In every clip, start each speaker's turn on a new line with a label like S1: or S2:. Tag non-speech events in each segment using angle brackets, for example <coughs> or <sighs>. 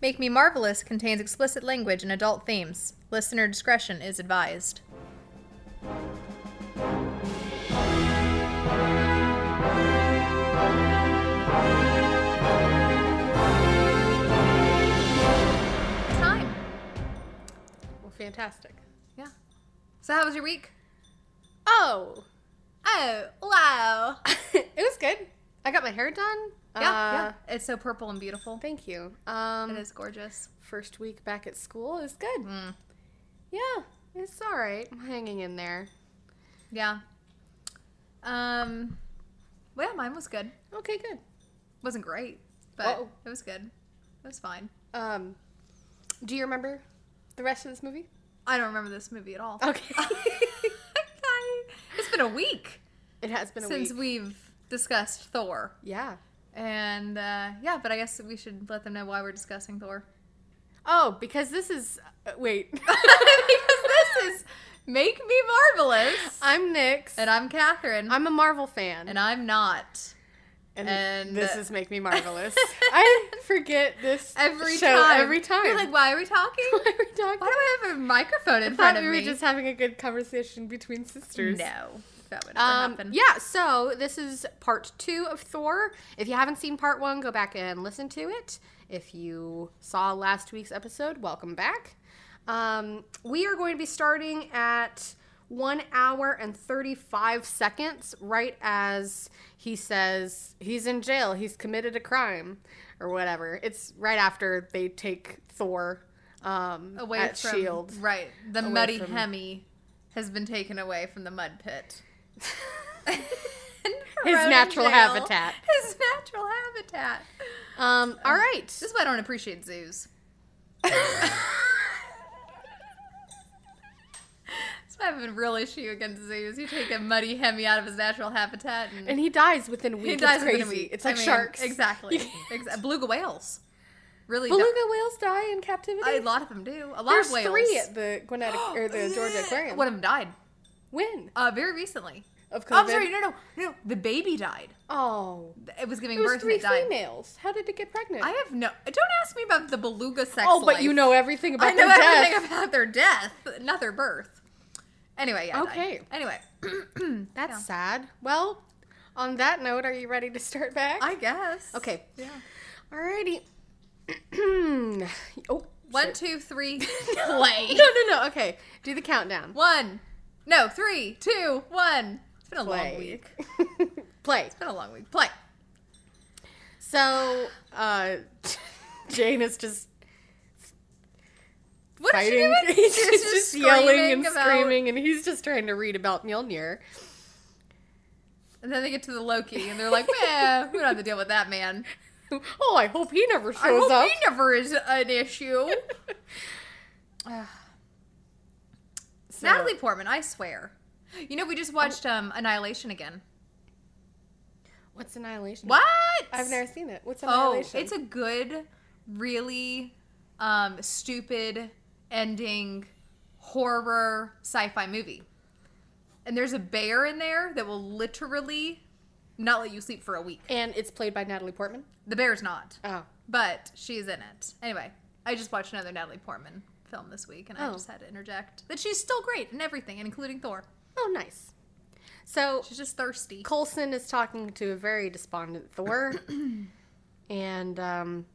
S1: Make Me Marvelous contains explicit language and adult themes. Listener discretion is advised. Time.
S2: Well, fantastic.
S1: Yeah. So, how was your week?
S2: Oh,
S1: Oh, wow. <laughs>
S2: it was good. I got my hair done.
S1: Yeah,
S2: Uh,
S1: yeah. It's so purple and beautiful.
S2: Thank you. Um,
S1: It is Mm. gorgeous.
S2: first week back at school is good. Yeah, it's all right. I'm hanging in there.
S1: Yeah. Um. Well, yeah, mine was good.
S2: Okay, good.
S1: wasn't great, but
S2: Uh-oh.
S1: it was good. It was fine.
S2: Um, do you remember the rest of this movie?
S1: I don't remember this movie at <laughs> all.
S2: Okay.
S1: I- it's been a week
S2: It has been a
S1: since
S2: week.
S1: we've discussed Thor,
S2: yeah.
S1: and uh, yeah, but I guess we should let them know why we're discussing Thor <laughs>
S2: Oh, because this is uh, wait.
S1: because this is Make Me Marvelous,
S2: I'm Nyx.
S1: and I'm Catherine,
S2: I'm a Marvel fan.
S1: and I'm not.
S2: And,
S1: and-
S2: this is Make Me
S1: <laughs>
S2: Marvelous. I forget this
S1: Every
S2: show
S1: time,
S2: every time.
S1: you're
S2: <laughs>
S1: like, why are we talking?
S2: Why are we talking?
S1: Why do I have a microphone in front
S2: I thought
S1: of
S2: we were
S1: me?
S2: just having a good conversation between sisters.
S1: no, that would never
S2: Um,
S1: happen.
S2: yeah, so this is part two of Thor. If you haven't seen part one, go back and listen to it. If you saw last week's episode, welcome back. Um, we are going to be starting at one hour and 35 seconds, right as he says he's in jail, he's committed a crime, or whatever. It's right after they take Thor um,
S1: away
S2: at
S1: from
S2: S.H.I.E.L.D.
S1: right the muddy
S2: from-
S1: Hemi has been taken away from the mud
S2: <laughs>
S1: pit And
S2: His
S1: thrown in
S2: natural
S1: jail.
S2: habitat.
S1: his natural habitat
S2: Um, all right.
S1: this is why I don't appreciate zoos that's why I have a real issue against zoos you take a muddy Hemi out of his natural habitat and,
S2: And he dies within a week.
S1: he dies
S2: it's
S1: within
S2: crazy.
S1: a week
S2: It's like
S1: I mean,
S2: sharks.
S1: exactly Exa- beluga whales really don't-
S2: Beluga whales die in captivity.
S1: a lot of them do a lot
S2: There's
S1: of whales
S2: three at the
S1: <gasps>
S2: Gwinnett or the Georgia Aquarium.
S1: one of them died
S2: When
S1: uh, very recently
S2: of COVID?
S1: Oh, I'm sorry, no, no, no. The baby died.
S2: Oh,
S1: It was giving
S2: it was
S1: birth and
S2: three
S1: it died.
S2: females. How did it get pregnant?
S1: I have no. Don't ask me about the beluga sex.
S2: oh, but
S1: life.
S2: you know everything about
S1: I know
S2: their
S1: everything
S2: death.
S1: about their death, not their birth. Anyway, yeah. it died.
S2: Okay.
S1: Anyway, <clears throat>
S2: That's sad. Well, on that note, are you ready to start back?
S1: I guess.
S2: okay.
S1: Yeah.
S2: Alrighty. <clears throat> oh,
S1: One,
S2: shit.
S1: two, three,
S2: <laughs> No.
S1: <laughs> play.
S2: No, no, no. Okay, do the countdown.
S1: One, no, three, two, one. It's been a long week. It's
S2: <laughs> Play.
S1: been a long week. Play.
S2: So, uh, <laughs> Jane is just
S1: What is she
S2: fighting.
S1: doing?
S2: <laughs> He's
S1: She's
S2: just, yelling and
S1: about-
S2: screaming, and he's just trying to read about Mjolnir. <laughs>
S1: And then they get to the Loki, and they're like, "Man, we don't have to deal with that man."
S2: Oh, I hope he never
S1: I
S2: shows
S1: hope
S2: up.
S1: he never is an issue.
S2: So-
S1: Natalie Portman, I swear. You know, we just watched um, Annihilation again.
S2: What's Annihilation?
S1: What?
S2: I've never seen it. What's
S1: Oh,
S2: Annihilation?
S1: it's a good, really um, stupid ending horror sci-fi movie. And there's a bear in there that will literally not let you sleep for a week.
S2: and it's played by Natalie Portman.
S1: The bear's not,
S2: Oh,
S1: but she's in it. Anyway, I just watched another Natalie Portman film this week, and I
S2: Oh.
S1: just had to interject that she's still great in everything, including Thor.
S2: oh, nice. So
S1: She's just thirsty.
S2: Colson is talking to a very despondent <coughs> Thor, and um,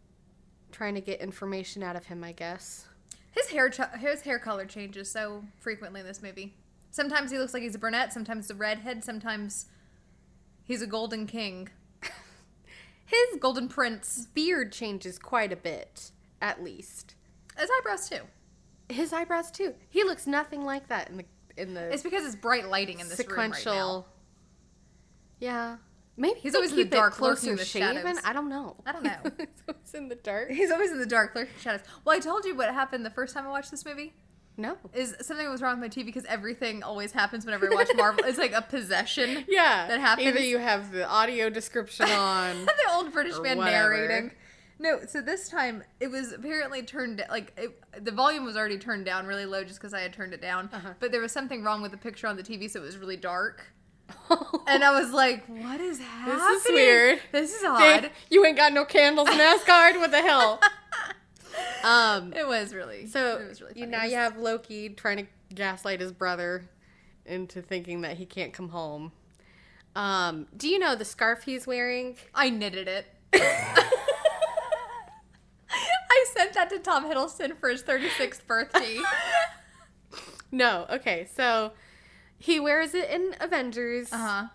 S2: trying to get information out of him. I guess.
S1: His hair ch- his hair color changes so frequently in this movie. Sometimes he looks like he's a brunette, sometimes a redhead, sometimes he's a golden king. <laughs> His golden prince.
S2: Beard changes quite a bit, at least.
S1: His eyebrows too.
S2: His eyebrows too. He looks nothing like that in the in the
S1: It's because it's bright lighting in this
S2: sequential.
S1: room right now.
S2: Yeah, maybe
S1: He's
S2: they
S1: always in the
S2: keep it
S1: dark,
S2: closer
S1: lurking in the
S2: shaven.
S1: shadows.
S2: I don't know.
S1: I
S2: <laughs>
S1: don't know.
S2: it's always in the dark.
S1: He's always in the dark, lurking shadows. Well, I told you what happened the first time I watched this movie.
S2: No.
S1: Is something was wrong with my TV because everything always happens whenever I
S2: <laughs>
S1: watch Marvel. it's like a possession.
S2: Yeah,
S1: That happens.
S2: Either you have the
S1: <laughs>
S2: audio description on.
S1: the old British
S2: Or
S1: man
S2: whatever.
S1: narrating. No, so this time it was apparently turned like it, the volume was already turned down really low just because I had turned it down.
S2: Uh-huh.
S1: But there was something wrong with the picture on the TV, so it was really dark.
S2: uh,
S1: And I was like, "What is happening?
S2: Oh. weird.
S1: This is
S2: They-
S1: odd." <laughs>
S2: you ain't got no candles in Asgard. What the hell? Um,
S1: It was really
S2: so
S1: It was really
S2: you,
S1: funny.
S2: now
S1: It
S2: you have Loki trying to gaslight his brother into thinking that he can't come home. Um, do you know the scarf
S1: <laughs>
S2: he's wearing?
S1: was- I knitted it. I sent that to Tom Hiddleston for his 36th
S2: <laughs>
S1: birthday.
S2: No. Okay, so he wears it in Avengers,
S1: Uh huh.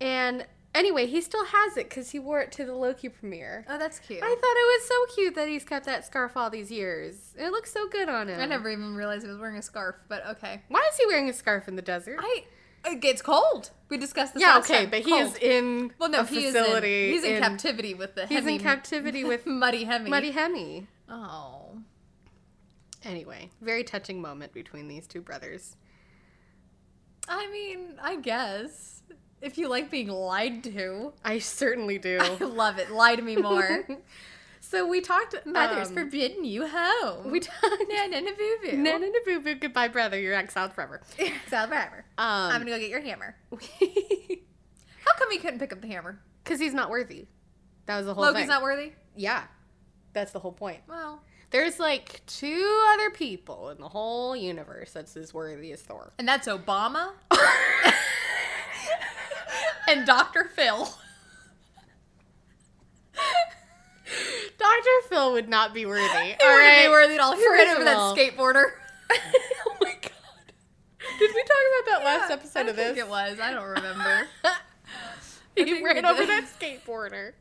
S2: and anyway, he still has it because he wore it to the Loki premiere.
S1: Oh, that's cute.
S2: I thought it was so cute that he's kept that scarf all these years. It looks so good on him.
S1: I never even realized he was wearing a scarf, but okay.
S2: Why is he wearing a scarf in the desert?
S1: I it gets cold. We discussed this.
S2: yeah,
S1: last
S2: okay,
S1: time.
S2: but he
S1: Cold.
S2: is in
S1: well. No,
S2: a
S1: he
S2: facility.
S1: is in, he's in, captivity with the
S2: He's
S1: Hemi,
S2: in captivity
S1: <laughs>
S2: with
S1: muddy Hemi.
S2: Muddy Hemi.
S1: Oh,
S2: Anyway, very touching moment between these two brothers.
S1: I mean, I guess if you like being lied to,
S2: I
S1: <laughs>
S2: certainly do.
S1: I love it. Lie to me more.
S2: <laughs> so we talked.
S1: Mother's
S2: um,
S1: forbidden you home.
S2: We talked.
S1: na na na boo boo.
S2: No, no, no, boo, boo, goodbye, brother. You're exiled forever.
S1: <laughs> Salad hammer. I'm
S2: Um,
S1: gonna go get your hammer.
S2: <laughs>
S1: How come he couldn't pick up the hammer?
S2: because he's not worthy. That was the whole
S1: Loki's
S2: thing.
S1: not worthy.
S2: yeah, that's the whole point.
S1: Well,
S2: There's like two other people in the whole universe that's as worthy as
S1: <laughs>
S2: Thor.
S1: and that's Obama and Dr. Phil.
S2: Dr. Phil would not be worthy. All
S1: <laughs> He wouldn't
S2: right.
S1: be worthy at all. He
S2: First
S1: ran over
S2: of
S1: that
S2: all- <laughs>
S1: skateboarder. <laughs>
S2: oh my god. Did we talk about that last
S1: Yeah,
S2: episode
S1: I
S2: of this?
S1: think
S2: <laughs>
S1: it was. I don't remember.
S2: he
S1: think we
S2: ran over
S1: did.
S2: that skateboarder.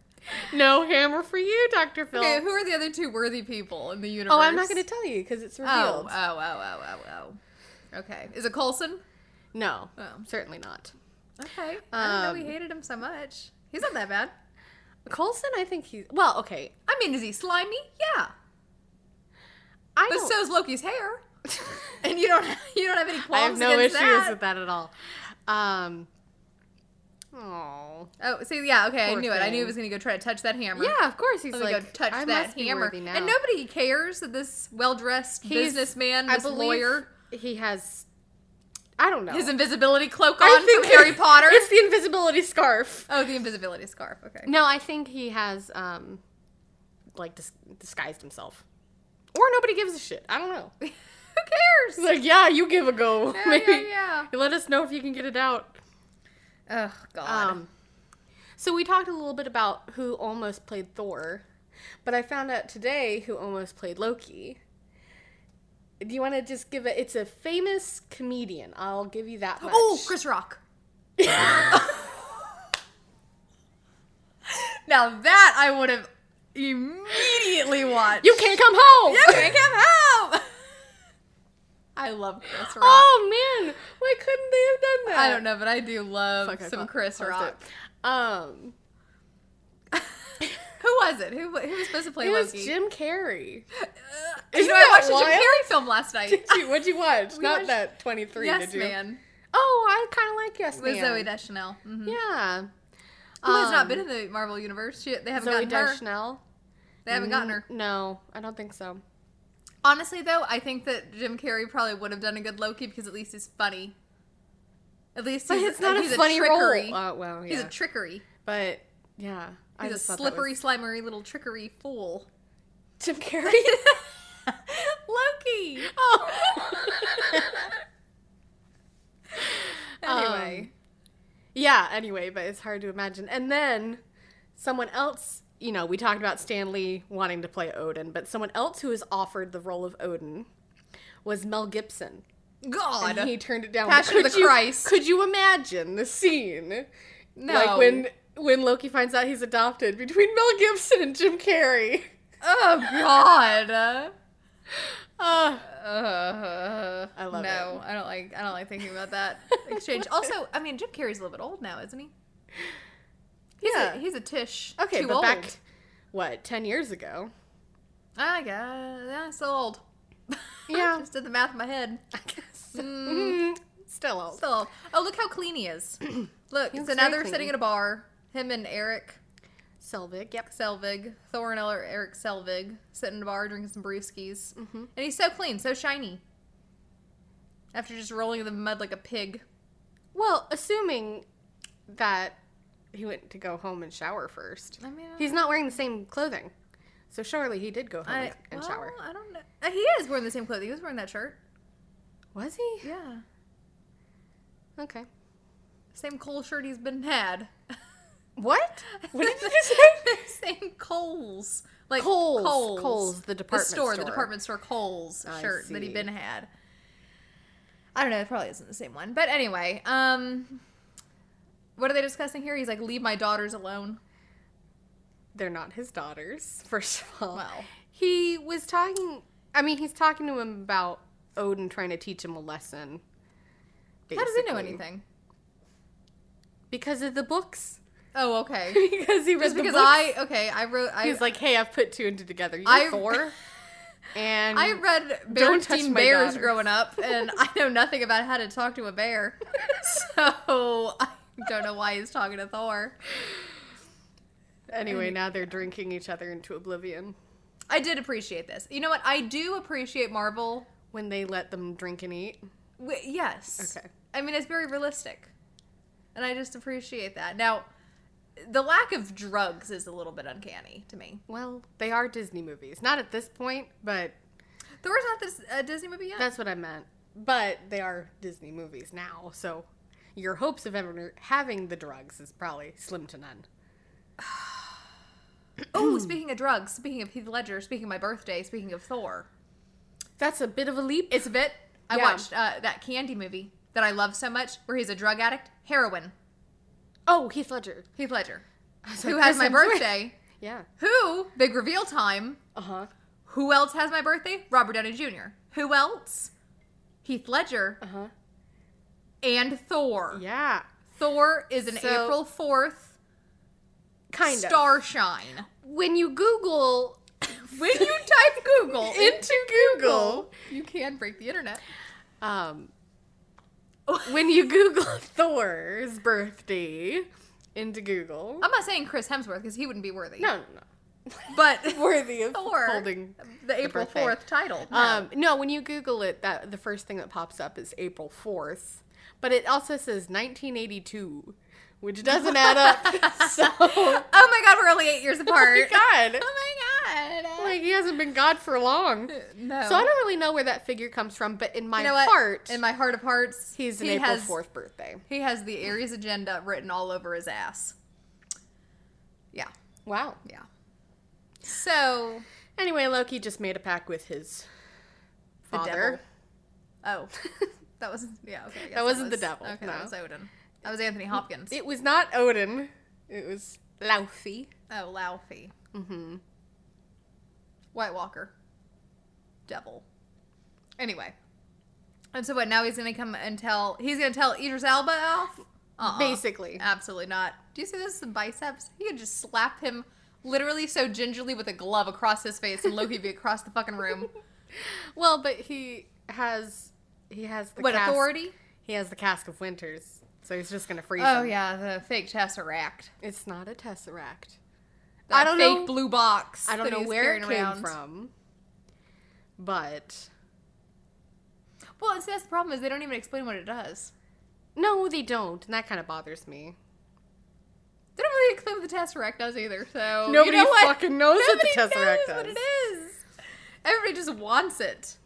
S2: No hammer for you, Dr. Phil.
S1: okay, who are the other two worthy people in the universe?
S2: oh, I'm not going to tell you because it's
S1: Oh,
S2: revealed.
S1: oh, oh, oh, oh, oh. Okay. Is it Colson?
S2: no,
S1: Oh.
S2: certainly not.
S1: Okay. I didn't know
S2: Um,
S1: we hated him so much. He's not that bad.
S2: Colson, I think he's well. Okay,
S1: I mean, is he slimy? Yeah.
S2: I
S1: But
S2: don't.
S1: so's Loki's
S2: <laughs>
S1: hair. And you don't <laughs> you don't have any
S2: I have
S1: qualms
S2: no issues
S1: against that.
S2: with that at all. Um. Oh.
S1: Oh, see, yeah, okay,
S2: Poor
S1: I knew it. I knew he
S2: thing.
S1: was gonna go try to touch that hammer.
S2: Yeah, of course he's
S1: Let me
S2: like
S1: go touch
S2: I
S1: that
S2: must be
S1: hammer.
S2: worthy now.
S1: And nobody cares that this well-dressed
S2: He's-
S1: businessman,
S2: I
S1: this
S2: believe
S1: lawyer,
S2: He has. I don't know.
S1: his invisibility cloak
S2: I
S1: on from
S2: <laughs>
S1: Harry Potter.
S2: It's the invisibility scarf.
S1: Oh, the invisibility scarf. Okay. <laughs>
S2: No, I think he has um, like dis- disguised himself, or nobody gives a shit. I don't know.
S1: Who cares?
S2: It's like, yeah, you give a go.
S1: Yeah,
S2: <laughs> Maybe.
S1: yeah,
S2: Let us know if you can get it out.
S1: yeah. Oh God.
S2: Um, so we talked a little bit about who almost played Thor, but I found out today who almost played Loki. Do you want to just give it? It's a famous comedian. I'll give you that much.
S1: oh, Chris Rock. <laughs> Now that I would have immediately watched.
S2: you can't come home. <laughs>
S1: You can't come home. <laughs> I love Chris Rock.
S2: Oh man, why couldn't they have done that?
S1: I don't know, but I do love
S2: Fuck, I
S1: some
S2: pop-
S1: Chris
S2: paused
S1: Rock.
S2: it. Um,
S1: Who was it? Who who was supposed to play
S2: it was
S1: Loki? <laughs>
S2: Jim Carrey.
S1: you
S2: Isn't
S1: know, I
S2: that
S1: watched a Jim
S2: wild?
S1: Carrey film last night.
S2: Did you? What'd you watch?
S1: We
S2: Not
S1: watched-
S2: that twenty three.
S1: yes,
S2: did you?
S1: man.
S2: Oh, I kind of like Yes
S1: With
S2: Man.
S1: Zoe Deschanel. Mhm.
S2: Yeah.
S1: Who has
S2: Um,
S1: not been in the Marvel universe? She, they haven't
S2: Zoe
S1: gotten her.
S2: Deschanel.
S1: They haven't gotten her.
S2: No, I don't
S1: <laughs>
S2: think so.
S1: Honestly, though, I think that Jim Carrey probably would have done a good Loki because at least he's funny. At least
S2: But
S1: he's,
S2: it's not a
S1: he's
S2: funny
S1: trickery.
S2: role. Oh well, yeah.
S1: He's a trickery.
S2: but yeah, I
S1: He's a
S2: just thought that
S1: slippery,
S2: was-
S1: slimery little trickery fool.
S2: <laughs>
S1: <laughs>
S2: Jim Carrey.
S1: Loki. Anyway,
S2: <laughs> yeah. Anyway, but it's hard to imagine. And then someone else. You know, we talked about Stan Lee wanting to play Odin, but someone else who was offered the role of Odin was Mel Gibson.
S1: Um, God.
S2: And he turned it down.
S1: Passion of
S2: Could
S1: the
S2: you-
S1: Christ.
S2: Could you imagine the scene?
S1: no.
S2: Like when when Loki finds out he's adopted between Mel Gibson and Jim Carrey.
S1: Oh God.
S2: Uh,
S1: Uh,
S2: I love
S1: No, I don't like. I don't like thinking about that exchange.
S2: <laughs>
S1: also, I mean, Jim Carrey's a little bit old now, isn't he? He's
S2: Yeah.
S1: A, he's a tish.
S2: okay,
S1: Too
S2: but
S1: old.
S2: back what ten years ago?
S1: I guess. Yeah, so old. <laughs>
S2: Yeah.
S1: Just did the math in my head.
S2: I <laughs> guess.
S1: Mm,
S2: Mm, still old.
S1: still. old. Oh, look how clean he
S2: <clears throat>
S1: is. look,
S2: He
S1: so
S2: looks
S1: now
S2: very
S1: they're
S2: clean.
S1: sitting at a bar. Him and Eric
S2: Selvig. Yep.
S1: Selvig, Thorin or Eric Selvig, sitting in a bar drinking some brewskis,
S2: Mm-hmm.
S1: and he's so clean, so shiny. After just rolling in the mud like a pig.
S2: Well, assuming that he went to go home and shower first.
S1: I mean,
S2: He's not wearing the same clothing. So surely he did go home
S1: I,
S2: and- and
S1: well,
S2: shower.
S1: I don't know. Uh, He is wearing the same clothes. He was wearing that shirt.
S2: Was he?
S1: Yeah.
S2: Okay.
S1: Same Cole shirt he's been
S2: <laughs>
S1: had. <laughs>
S2: What? What did <laughs> you just say?
S1: say? Same Coles. Like
S2: Kohl's.
S1: Coles.
S2: Kohl's, the department
S1: store,
S2: store.
S1: The department store Coles
S2: I
S1: shirt that
S2: see.
S1: he'd been had. I don't know. It probably isn't the same one. But anyway, um, what are they discussing here? He's like, leave my daughters alone.
S2: They're not his daughters, first of all.
S1: Well.
S2: He was talking. I mean, he's talking to him about Odin trying to teach him a lesson.
S1: How does he know
S2: basically.
S1: anything?
S2: Because of the books.
S1: Oh, okay.
S2: because <laughs> he read
S1: Just
S2: the
S1: because
S2: books.
S1: I okay, I wrote. I,
S2: He's like, hey, I've put two and two together. You're
S1: I-
S2: <laughs> four. And
S1: I read
S2: Mm. Don't touch
S1: Berenstain
S2: my
S1: Bears
S2: daughters.
S1: growing up, and I know nothing about how to talk to a
S2: <laughs>
S1: bear. So I don't know why he's talking to Thor.
S2: anyway, now they're drinking each other into oblivion
S1: I did appreciate this. You know what? I do appreciate Marvel.
S2: when they let them drink and eat.
S1: W- yes.
S2: Okay.
S1: I mean, it's very realistic. And I just appreciate that. Now, the lack of drugs is a little bit uncanny to me.
S2: Well, they are Disney movies. Not at this point, but
S1: Thor's not this a Disney movie yet.
S2: that's what I meant. But they are Disney movies now, so your hopes of ever having the drugs is probably slim to none.
S1: oh, speaking of drugs, speaking of Heath Ledger, speaking of my birthday, speaking of Thor.
S2: That's a bit of a leap.
S1: It's a bit. I
S2: Yeah.
S1: watched uh, that Candy movie that I love so much, where he's a drug addict, heroin.
S2: oh, Heath <laughs> Ledger.
S1: Heath Ledger,
S2: I was
S1: who
S2: like,
S1: has
S2: Chris
S1: my
S2: Hemsworth.
S1: birthday.
S2: <laughs> Yeah.
S1: Who? Big reveal time.
S2: Uh huh.
S1: Who else has my birthday? Robert Downey Jr. Who else? Heath Ledger
S2: Uh huh.
S1: and Thor.
S2: Yeah.
S1: Thor is an
S2: So-
S1: April Fourth
S2: Kind of.
S1: starshine.
S2: When you Google
S1: <laughs> When you type
S2: <laughs>
S1: Google
S2: into Google,
S1: Google, you can break the internet.
S2: um, when you Google <laughs> Thor's birthday into Google,
S1: I'm not saying Chris Hemsworth because he wouldn't be worthy.
S2: no, no, no. <laughs>
S1: but
S2: worthy of
S1: Thor,
S2: holding
S1: the April
S2: birthday.
S1: Fourth title. No.
S2: Um, no, when you Google it, that the first thing that pops up is April fourth, but it also says 1982, which doesn't add up.
S1: <laughs>
S2: <laughs> so, oh
S1: Oh my god, we're only eight
S2: <laughs>
S1: years apart.
S2: my
S1: Oh my
S2: god,
S1: god.
S2: like he hasn't been God for long.
S1: no.
S2: So I don't really know where that figure comes from, but in my
S1: you know what?
S2: heart,
S1: In my heart of hearts,
S2: he's an
S1: he
S2: April
S1: has-
S2: fourth birthday.
S1: He has the Aries agenda written all over his ass. Yeah,
S2: Wow.
S1: yeah. So
S2: Anyway, Loki just made a pact with his
S1: The
S2: father.
S1: oh, <laughs> that was yeah. Okay, I guess
S2: wasn't the devil,
S1: Okay,
S2: no.
S1: that was Odin. That was Anthony Hopkins.
S2: It was not Odin. It was Laufey.
S1: oh, Laufey,
S2: Mm-hmm.
S1: White Walker, devil. Anyway, and so what? Now he's gonna come and tell. He's gonna tell Idris Alba off. Uh-uh.
S2: Uh, Basically.
S1: Absolutely not. Do you see this? The biceps? He could just slap him literally so gingerly with a glove across his face and Loki'd be across the fucking <laughs> room.
S2: Well, but he has he has the
S1: what
S2: cask,
S1: authority?
S2: He has the cask of winters, so he's just gonna freeze.
S1: Oh
S2: him.
S1: yeah, the fake tesseract.
S2: it's not a tesseract.
S1: That
S2: I don't
S1: fake
S2: know-
S1: blue box.
S2: I don't
S1: that
S2: know
S1: he's
S2: where it
S1: carrying
S2: came
S1: around.
S2: from, but
S1: Well, and see, that's the problem is they don't even explain what it does.
S2: no, they don't, and that kind of bothers me.
S1: They don't really explain what the tesseract does either. So you
S2: Nobody
S1: know what?
S2: fucking knows
S1: Nobody
S2: what the tesseract
S1: knows
S2: does.
S1: what it is. Everybody just wants it.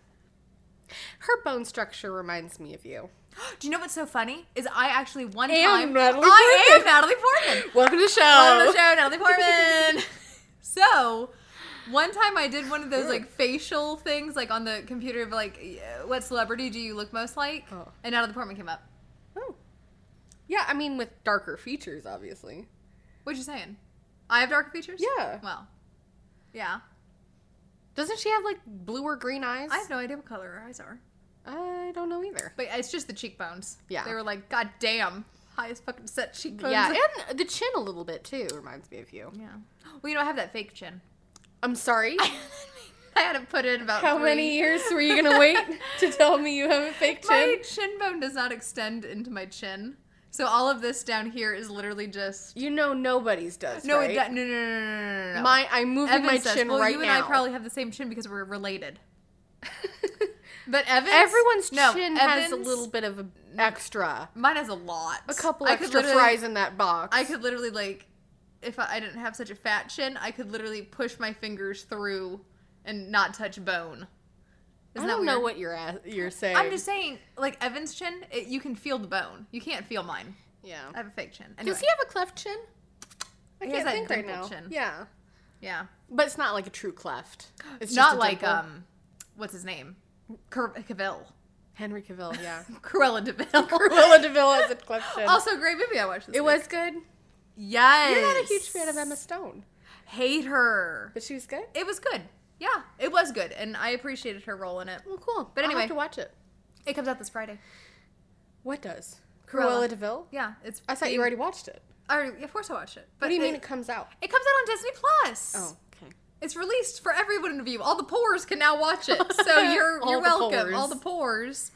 S2: Her bone structure reminds me of you.
S1: <gasps> Do you know what's so funny? Is I actually one
S2: Am
S1: time
S2: Natalie
S1: I
S2: Portman.
S1: am Natalie Portman. Oh.
S2: Welcome to the show.
S1: Welcome to the show, <laughs> Natalie Portman. so, one time I did one of those like facial things, like on the computer, of like, uh, what celebrity do you look most like?
S2: Oh.
S1: And Natalie Portman came up.
S2: <laughs> Oh. Yeah, I mean, with darker features, obviously.
S1: What you saying? I have darker features.
S2: Yeah.
S1: Well. Yeah.
S2: Doesn't she have like blue or green eyes?
S1: I have no idea what color her eyes are,
S2: I don't know either.
S1: but it's just the cheekbones.
S2: Yeah.
S1: They were like, God damn, highest fucking set cheekbones. <laughs>
S2: Yeah, and the chin a little bit too reminds me of you.
S1: yeah. Well, you know, I have that fake <laughs> chin.
S2: I'm sorry.
S1: I had to put in about
S2: <laughs> How
S1: three.
S2: many years were you gonna <laughs> wait to tell me you have a fake
S1: My
S2: chin?
S1: chin bone does not extend into my chin. So all of this down here is literally just
S2: You know nobody's does.
S1: no,
S2: right?
S1: it, do- no, no, no, no, no, no.
S2: My I'm moving
S1: Evan
S2: my
S1: says,
S2: chin
S1: well,
S2: right
S1: you
S2: now.
S1: and I probably have the same chin because we're related. But Evan's
S2: <laughs> Everyone's
S1: no,
S2: chin has a
S1: Evan's-
S2: little bit of a extra,
S1: Mine has a lot.
S2: a couple
S1: I could
S2: extra
S1: literally-
S2: fries in that box.
S1: I could literally like if I, I didn't have such a fat chin, I could literally push my fingers through and not touch bone.
S2: I don't know what you're a- you're saying.
S1: I'm just saying, like Evan's chin, it, you can feel the bone. You can't feel mine.
S2: yeah.
S1: I have a fake chin. Anyway,
S2: Does he have a cleft chin? I
S1: He has
S2: can't
S1: that
S2: think right now.
S1: dimpled chin.
S2: Yeah,
S1: yeah,
S2: but it's not like a true cleft. It's just
S1: not
S2: a
S1: like
S2: dimple.
S1: um, what's his name, Cur- Cavill,
S2: Henry Cavill. Yeah,
S1: <laughs> Cruella Deville.
S2: Cruella Deville has a cleft chin.
S1: Also, a great movie I watched. This
S2: it
S1: week.
S2: was good.
S1: yes.
S2: You're not a huge fan of Emma Stone,
S1: Hate her.
S2: but she was good.
S1: It was good. Yeah, it was good, and I appreciated her role in it.
S2: Well, cool.
S1: But
S2: I'll
S1: anyway.
S2: have to watch it.
S1: It comes out this Friday.
S2: What does
S1: Cruella.
S2: Cruella Deville?
S1: Yeah, it's.
S2: I thought you already watched it.
S1: I already- of course, I watched it. But
S2: what do you
S1: it,
S2: mean Oh. it comes out?
S1: It comes out on Disney Plus.
S2: okay.
S1: It's released for everyone to view. All the pores can now watch
S2: <laughs>
S1: it. So you're
S2: All
S1: you're
S2: the
S1: welcome.
S2: pores.
S1: All the pores.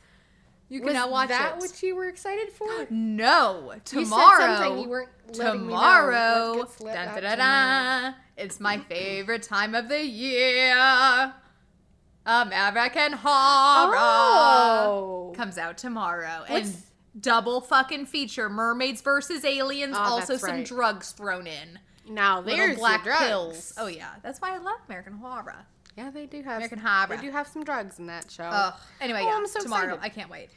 S1: You can
S2: Was
S1: now watch
S2: that
S1: it.
S2: what you were excited for?
S1: no,
S2: You
S1: tomorrow.
S2: said something you weren't letting me know.
S1: tomorrow.
S2: Let's get slipped
S1: Dun,
S2: out
S1: dun, dun,
S2: tomorrow.
S1: dun. It's my favorite time of the year. Um, American Horror
S2: Oh.
S1: comes out tomorrow. and
S2: What's-
S1: double fucking feature mermaids versus aliens.
S2: Oh,
S1: also
S2: that's
S1: some
S2: right.
S1: drugs thrown in.
S2: Now
S1: Little
S2: there's
S1: black
S2: your drugs.
S1: pills. Oh yeah, that's why I love American Horror.
S2: Yeah, they do have
S1: American
S2: some-
S1: Horror.
S2: They do have some drugs in that show.
S1: Ugh. Anyway,
S2: Oh,
S1: yeah,
S2: I'm so
S1: tomorrow.
S2: excited.
S1: I can't wait.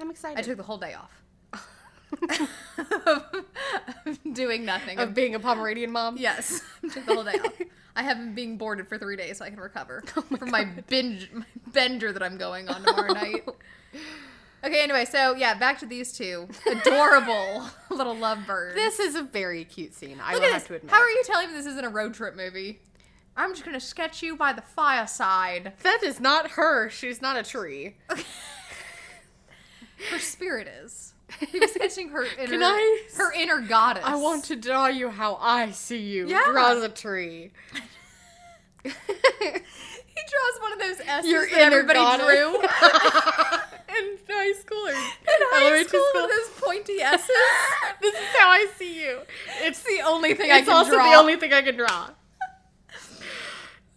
S2: I'm
S1: I
S2: excited.
S1: took the whole day off <laughs> of doing nothing.
S2: <laughs> of being a Pomeranian mom.
S1: yes, <laughs> took the whole day off. I haven't been boarded for three days, so I can <laughs> recover from Oh my binge my bender that I'm going on <laughs> tomorrow night. Okay, anyway, so yeah, back to these two <laughs> adorable little lovebirds.
S2: This is a very cute scene. I
S1: Look
S2: will
S1: at
S2: have
S1: this.
S2: to admit.
S1: How are you telling me this isn't a road trip movie? I'm just gonna sketch you by the fireside.
S2: That is not her. She's not a tree.
S1: Her spirit <laughs> is. He was sketching her inner,
S2: Can I s-
S1: her inner goddess. <laughs>
S2: I want to draw you how I see you.
S1: Yeah.
S2: Draws a tree.
S1: He draws one of those S's
S2: Your
S1: that
S2: inner
S1: everybody
S2: goddess. <laughs>
S1: drew <laughs> in
S2: In high school. Or <laughs> in
S1: high school. One of those pointy S's. <laughs>
S2: This is how I see you. It's
S1: It's the only thing I
S2: It's
S1: can
S2: also
S1: draw.
S2: the only thing I can draw.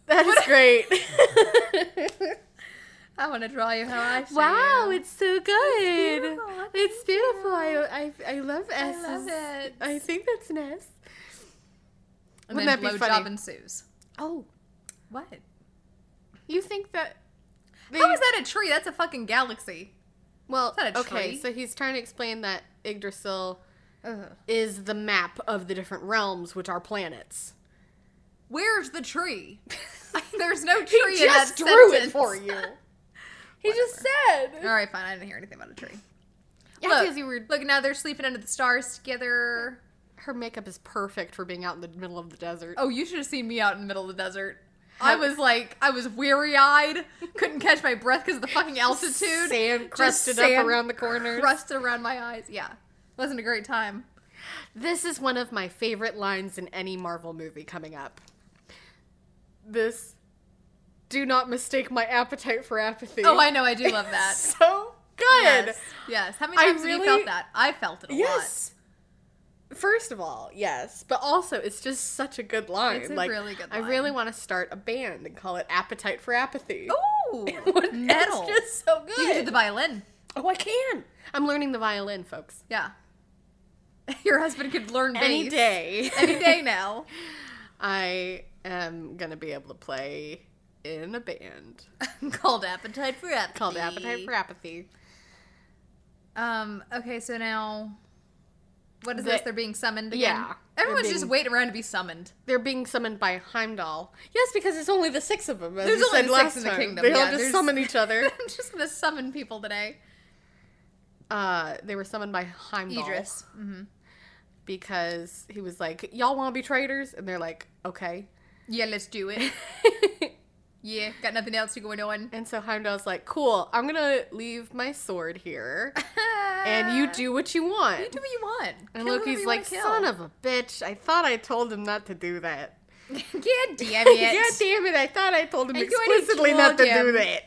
S2: That is great. <laughs>
S1: I want to draw you how I see
S2: wow,
S1: you.
S2: it's so good.
S1: beautiful.
S2: It's beautiful. I, I, I love
S1: I
S2: S's.
S1: love it.
S2: I think that's an S.
S1: and
S2: wouldn't
S1: then
S2: that be
S1: blowjob
S2: funny?
S1: ensues.
S2: Oh,
S1: What?
S2: you think that? They,
S1: How is that a tree? That's a fucking galaxy.
S2: Well,
S1: is that a
S2: okay.
S1: tree?
S2: So he's trying to explain that Yggdrasil
S1: Ugh.
S2: is the map of the different realms, which are planets.
S1: Where's the tree? <laughs> There's no
S2: He
S1: tree in
S2: just
S1: that
S2: drew
S1: sentence.
S2: it
S1: <laughs>
S2: for you. he just said.
S1: All right, fine. I didn't hear anything about a tree.
S2: Yeah,
S1: Look.
S2: because you were
S1: Look, now they're sleeping under the stars together.
S2: Her makeup is perfect for being out in the middle of the desert.
S1: Oh, you should have seen me out in the middle of the desert. I was like, I was weary eyed, couldn't catch my breath because of the fucking altitude.
S2: sand
S1: Just
S2: crusted up around the corners.
S1: crusted around my eyes. Yeah, wasn't a great time.
S2: This is one of my favorite lines in any Marvel movie coming up. This do not mistake my appetite for apathy.
S1: Oh, I know, I do love that.
S2: <laughs> so good.
S1: yes, yes. How many
S2: I
S1: times have you
S2: really-
S1: felt that? I felt it a
S2: Yes. First of all, yes, but also it's just such a good line.
S1: It's a
S2: like,
S1: really good
S2: I really
S1: line.
S2: want to start a band and call it Appetite for Apathy.
S1: lot. <laughs> Ooh, Oh, metal.
S2: <laughs> It's just so good.
S1: you can do the violin.
S2: oh, I can. I'm learning the violin, folks.
S1: Yeah, <laughs> your husband could learn bass
S2: Any day.
S1: Any day now. <laughs>
S2: I am gonna be able to play in a band
S1: Called appetite for apathy.
S2: called Appetite for Apathy.
S1: Um. Okay. So now, what is
S2: The-
S1: this? They're being summoned again.
S2: Yeah, they're
S1: Everyone's just
S2: being-
S1: waiting around to be summoned. <laughs>
S2: They're being summoned by Heimdall. Yes, because it's only the six of them. As
S1: There's
S2: you
S1: only
S2: said
S1: the
S2: last
S1: six in the
S2: time.
S1: kingdom,
S2: They all
S1: yeah,
S2: just
S1: there's-
S2: summon each other.
S1: I'm just gonna summon people today.
S2: <laughs> Uh, they were summoned by Heimdall
S1: Idris. hmm
S2: because he was like, "Y'all want to be traitors?" And they're like, <laughs> "Okay."
S1: Yeah, let's do
S2: <laughs>
S1: it. yeah, got nothing else to going on.
S2: and so Heimdall's like, "Cool, I'm gonna leave my sword here,
S1: <laughs>
S2: and you do what Uh, you want."
S1: You do what you want.
S2: and
S1: Kill whoever
S2: Loki's
S1: you
S2: like,
S1: wanna
S2: "Son of a bitch! I thought I told him not to do that."
S1: kill." <laughs>
S2: <laughs>
S1: yeah, damn
S2: God
S1: it.
S2: damn it, I thought I told him
S1: I thought I
S2: explicitly
S1: told
S2: not to
S1: him.
S2: do that.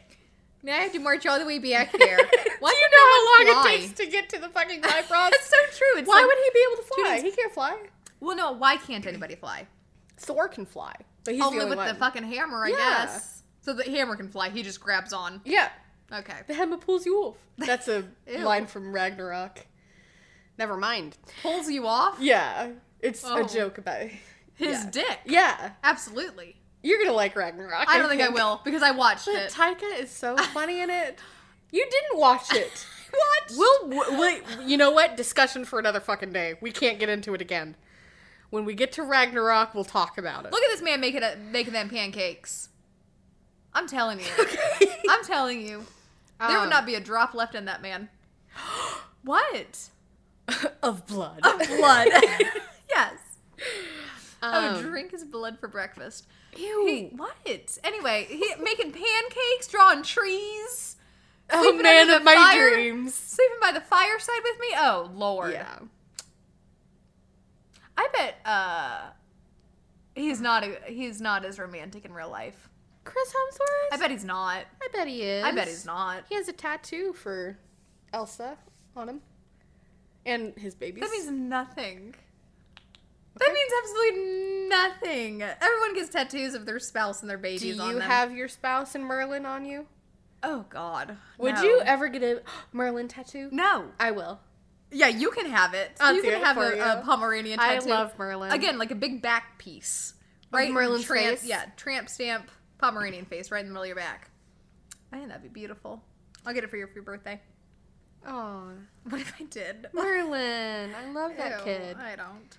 S1: Now I have to march all the way back <laughs> there. <laughs> Why
S2: do <laughs> you know
S1: no
S2: how
S1: one
S2: long it
S1: fly?
S2: takes to get to the fucking Guy
S1: <laughs> That's so true. It's
S2: Why
S1: like-
S2: would he be able to
S1: Dude,
S2: fly?
S1: it's-
S2: He can't fly.
S1: Well, no. Why can't anybody fly?
S2: Thor can fly, but he's
S1: Only
S2: the only
S1: with the
S2: one.
S1: fucking hammer, I
S2: Yeah.
S1: guess. So the hammer can fly. He just grabs on.
S2: yeah,
S1: Okay.
S2: the hammer pulls you off. That's a
S1: <laughs> Ew.
S2: line from Ragnarok. Never mind.
S1: Pulls you off.
S2: Yeah, It's
S1: Oh.
S2: a joke about
S1: His
S2: Yeah.
S1: dick.
S2: Yeah,
S1: Absolutely.
S2: you're gonna like Ragnarok.
S1: I don't think I will because I watched
S2: But
S1: it.
S2: Taika
S1: <laughs>
S2: is so funny in it. You didn't watch it.
S1: What?
S2: We'll, we you know what? Discussion for another fucking day. We can't get into it again. When we get to Ragnarok, we'll talk about it.
S1: Look at this man making a, making them pancakes. I'm telling you.
S2: <laughs>
S1: I'm telling you. There would
S2: Um,
S1: not be a drop left in that man. <gasps> what?
S2: <laughs> of blood. <laughs>
S1: Blood. yes. I would
S2: Um,
S1: Oh, drink his blood for breakfast.
S2: Ew.
S1: He, what? Anyway, he making pancakes, drawing trees,
S2: oh
S1: sleeping
S2: man
S1: under
S2: of
S1: the
S2: my
S1: fire.
S2: dreams.
S1: sleeping by the fireside with me. Oh lord.
S2: Yeah.
S1: I bet uh he's not a, he's not as romantic in real life.
S2: Chris Hemsworth.
S1: I bet he's not.
S2: I bet he is.
S1: I bet he's not.
S2: He has a tattoo for Elsa on him, and his babies.
S1: That means nothing. That means absolutely nothing. Everyone gets tattoos of their spouse and their babies
S2: Do
S1: on
S2: you
S1: them.
S2: have your spouse and Merlin on you?
S1: Oh God.
S2: Would
S1: No.
S2: you ever get a <gasps> Merlin tattoo?
S1: No.
S2: I will.
S1: Yeah, you can have it.
S2: I'll
S1: you
S2: do
S1: can
S2: it
S1: have
S2: for
S1: a, a
S2: you.
S1: Pomeranian
S2: I
S1: tattoo.
S2: love Merlin.
S1: Again, like a big back piece, right?
S2: Merlin's
S1: tramp,
S2: face?
S1: Yeah, tramp stamp Pomeranian face right in the middle of your back. I think that'd be beautiful. I'll get it for your for your birthday. <laughs>
S2: Oh,
S1: What if I did?
S2: Merlin. I love that
S1: Ew,
S2: kid.
S1: I don't.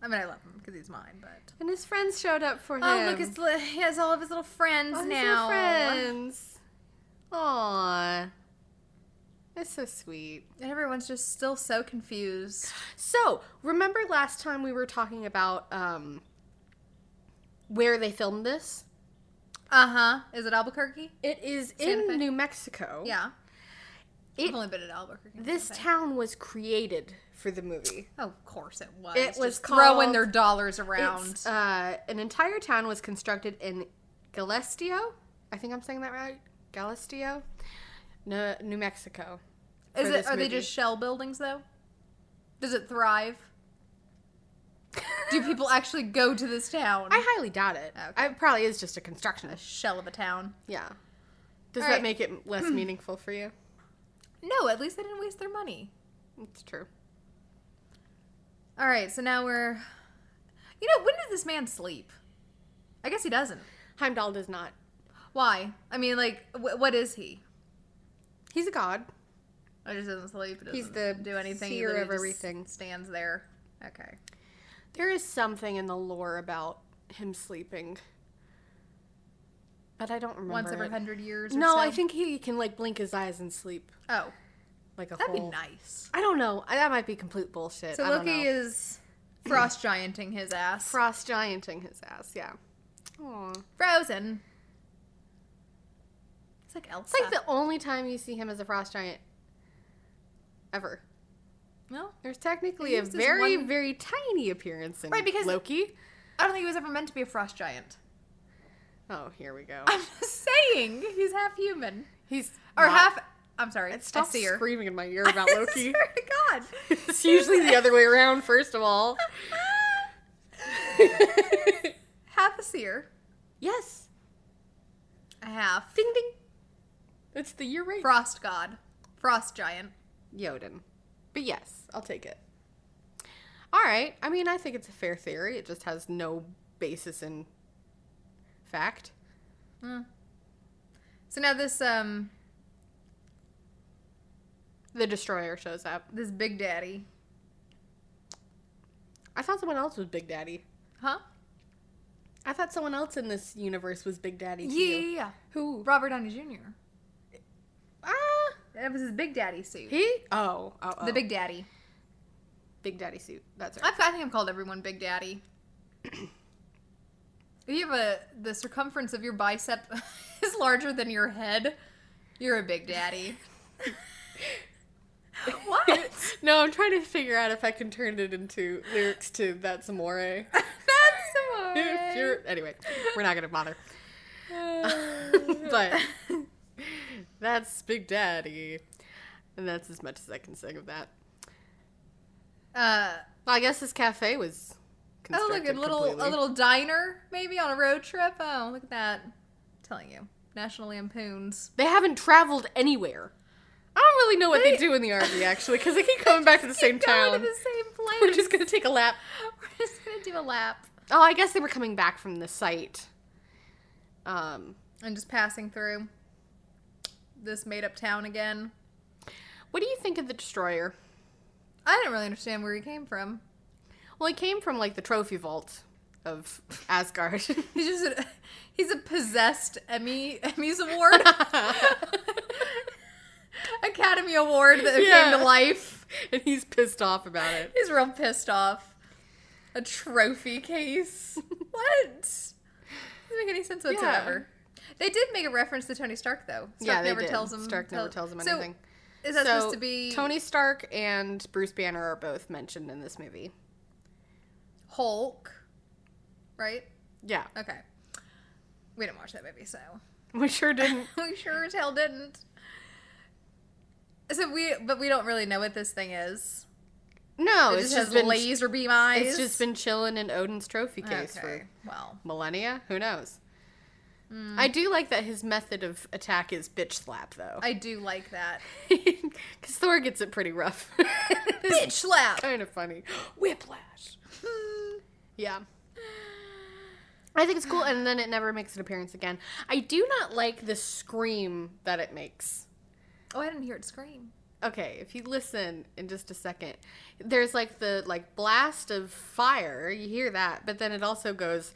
S1: I mean, I love him because he's mine, but.
S2: And his friends showed up for him.
S1: Oh, look, his, li- he has all of his little friends
S2: All his little
S1: now.
S2: friends. Aw. That's so sweet.
S1: And everyone's just still so confused.
S2: So, remember last time we were talking about um, where they filmed this?
S1: Uh huh. Is it Albuquerque?
S2: Uh-huh. It is
S1: Santa
S2: in
S1: Fe?
S2: New Mexico.
S1: Yeah.
S2: It-
S1: I've only been at Albuquerque.
S2: This
S1: Okay.
S2: town was created for the movie.
S1: Of course it was.
S2: It was
S1: Just throwing
S2: called-
S1: their dollars around.
S2: It's, uh, an entire town was constructed in Galestio. I think I'm saying that right. Galestio, no, New Mexico.
S1: Is
S2: for
S1: it?
S2: this
S1: Are they
S2: movie.
S1: just shell buildings though? Does it <laughs> thrive? Do people actually go to this town?
S2: I highly doubt it.
S1: Okay.
S2: It probably is just a construction.
S1: A shell of a town.
S2: Yeah. Hmm. Does
S1: All
S2: that
S1: right.
S2: make it less meaningful for you?
S1: No, at least they didn't waste their money.
S2: It's true.
S1: All right, so now we're. You know, when does this man sleep? I guess he doesn't.
S2: Heimdall does not.
S1: Why? I mean, like, wh- what is he?
S2: He's a god.
S1: He just doesn't sleep. He doesn't
S2: He's the
S1: do anything. He
S2: seer of
S1: literally just
S2: everything.
S1: Stands there. Okay.
S2: There is something in the lore about him sleeping, but I don't remember.
S1: Once every
S2: it.
S1: hundred years. Or
S2: No,
S1: so?
S2: I think he can like blink his eyes and sleep
S1: Oh,
S2: like a
S1: that'd
S2: whole.
S1: be nice.
S2: I don't know. I- That might be complete bullshit.
S1: So
S2: I don't know.
S1: Loki is frost gianting his ass.
S2: frost gianting his ass. Yeah. Aw.
S1: Frozen. It's like Elsa.
S2: It's like the only time you see him as a frost giant ever.
S1: no.
S2: There's technically
S1: He
S2: a
S1: used his
S2: very,
S1: one-
S2: very tiny appearance in
S1: Right, because-
S2: Loki.
S1: I don't think he was ever meant to be a frost giant.
S2: Oh, here we go.
S1: <laughs> I'm just saying he's half human
S2: He's
S1: or
S2: not-
S1: half. I'm sorry.
S2: <laughs> Stop
S1: I see her.
S2: screaming in
S1: <laughs>
S2: my ear about Loki.
S1: I swear to God.
S2: it's usually the other way around. First of all.
S1: <laughs> half a seer,
S2: yes.
S1: a half
S2: Ding ding. It's the year right.
S1: frost god, frost giant.
S2: Yoden. But yes, I'll take it. All right. I mean, I think it's a fair theory. It just has no basis in fact.
S1: So now this um
S2: The destroyer shows up.
S1: this big daddy,
S2: I thought someone else was Big Daddy.
S1: huh?
S2: I thought someone else in this universe was Big Daddy too.
S1: Yeah, yeah, yeah.
S2: Who?
S1: Robert Downey Jr.
S2: Ah,
S1: That was his big daddy suit.
S2: he? Oh, oh, oh.
S1: The big daddy.
S2: Big Daddy suit. That's right.
S1: I've, I think I've called everyone Big Daddy. <clears throat> if you have a the circumference of your bicep <laughs> is larger than your head, you're a Big
S2: <laughs>
S1: Daddy. <laughs> what?
S2: no, I'm trying to figure out if I can turn it into lyrics to That's Amore.
S1: That's
S2: If
S1: amore.
S2: you're- anyway, we're not
S1: <laughs>
S2: gonna bother.
S1: Uh,
S2: but that's Big Daddy, and that's as much as I can sing of that.
S1: uh,
S2: Well, I guess this cafe was.
S1: oh look, a
S2: constructed
S1: little
S2: completely.
S1: a little diner maybe on a road trip. Oh look at that! telling you, National Lampoons.
S2: They haven't traveled anywhere.
S1: I don't
S2: don't really know what they, do in the RV actually, because they keep coming back to the same
S1: Keep going
S2: town.
S1: to the same place.
S2: We're just gonna take a lap.
S1: <laughs> We're just gonna do a lap.
S2: Oh, I guess they were coming back from the site. Um,
S1: I'm just passing through this made up town again.
S2: what do you think of the destroyer?
S1: I didn't really understand where he came from. <laughs>
S2: Well, it came from like the trophy vault of <laughs> Asgard.
S1: He's just a, he's a possessed Emmy Emmy's
S2: <laughs>
S1: award. Academy Award that came
S2: Yeah.
S1: to life.
S2: and he's pissed off about it.
S1: He's real pissed off. A trophy
S2: <laughs>
S1: case. what? Doesn't make any sense whatsoever. They did make a reference to Tony Stark though. Stark
S2: yeah, they
S1: never
S2: did.
S1: tells him.
S2: Stark never
S1: tell-
S2: tells him
S1: So,
S2: anything.
S1: is that
S2: So,
S1: supposed to be
S2: Tony Stark and Bruce Banner are both mentioned in this movie.
S1: Hulk? Right.
S2: Yeah,
S1: Okay. We didn't watch that movie, so
S2: <laughs> we sure didn't.
S1: <laughs> we sure as hell didn't. So we, but we don't really know what this thing is.
S2: No,
S1: it
S2: Oh, it's
S1: just
S2: just
S1: has
S2: been
S1: laser beam eyes.
S2: it's just been chilling in Odin's trophy
S1: okay.
S2: case for
S1: well,
S2: millennia. Who knows? I do like that his method of attack is bitch slap though,
S1: I do like
S2: <laughs>
S1: that
S2: because Thor gets it pretty rough.
S1: bitch slap.
S2: <laughs>
S1: Oh,
S2: kind of funny. Whiplash. Yeah. I think it's cool, and then it never makes an appearance again. I do not like the scream that it makes.
S1: Oh, I didn't hear it scream.
S2: Okay, if you listen in just a second, there's like the like blast of fire. You hear that, but then it also goes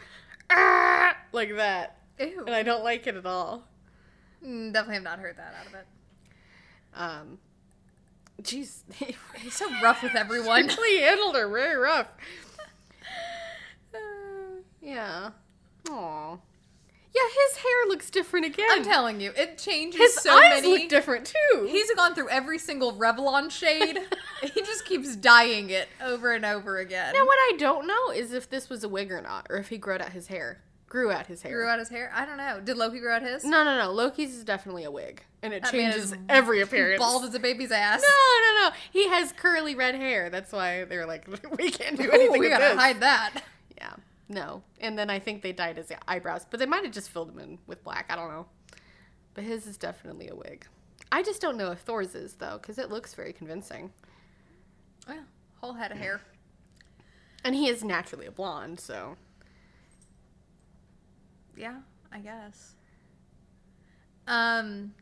S2: "Ah," like that,
S1: Ew.
S2: and I don't like it at all.
S1: Mm, Definitely have not heard that out of it.
S2: Um, <laughs> jeez,
S1: He's so
S2: <laughs>
S1: rough with everyone.
S2: really handled her very <laughs> rough. Uh, yeah. Aw. Yeah, his hair looks different again.
S1: <laughs> I'm telling you, it changes
S2: his
S1: so
S2: eyes
S1: many.
S2: look different too.
S1: He's gone through every single Revlon
S2: <laughs>
S1: shade. he just keeps dyeing it over and over again.
S2: now, what I don't know is if this was a wig or not, or if he growed out his hair. Grew out his hair.
S1: grew out his hair. I don't know. Did Loki grow out his?
S2: No, no, no. Loki's is definitely a wig, and it
S1: That man
S2: changes
S1: is
S2: <laughs> every appearance.
S1: Bald as a baby's ass.
S2: No, no, no. He has curly red hair. That's why they're like, <laughs> we can't do
S1: Ooh,
S2: anything.
S1: we
S2: with
S1: gotta
S2: this.
S1: hide that.
S2: Yeah. No. And then I think they dyed his eyebrows, but they might have just filled him in with black. I don't know. But his is definitely a wig. I just don't know if Thor's is though, because it looks very convincing.
S1: Well, whole head of hair.
S2: And he is naturally a blonde, so
S1: Yeah, I guess. Um.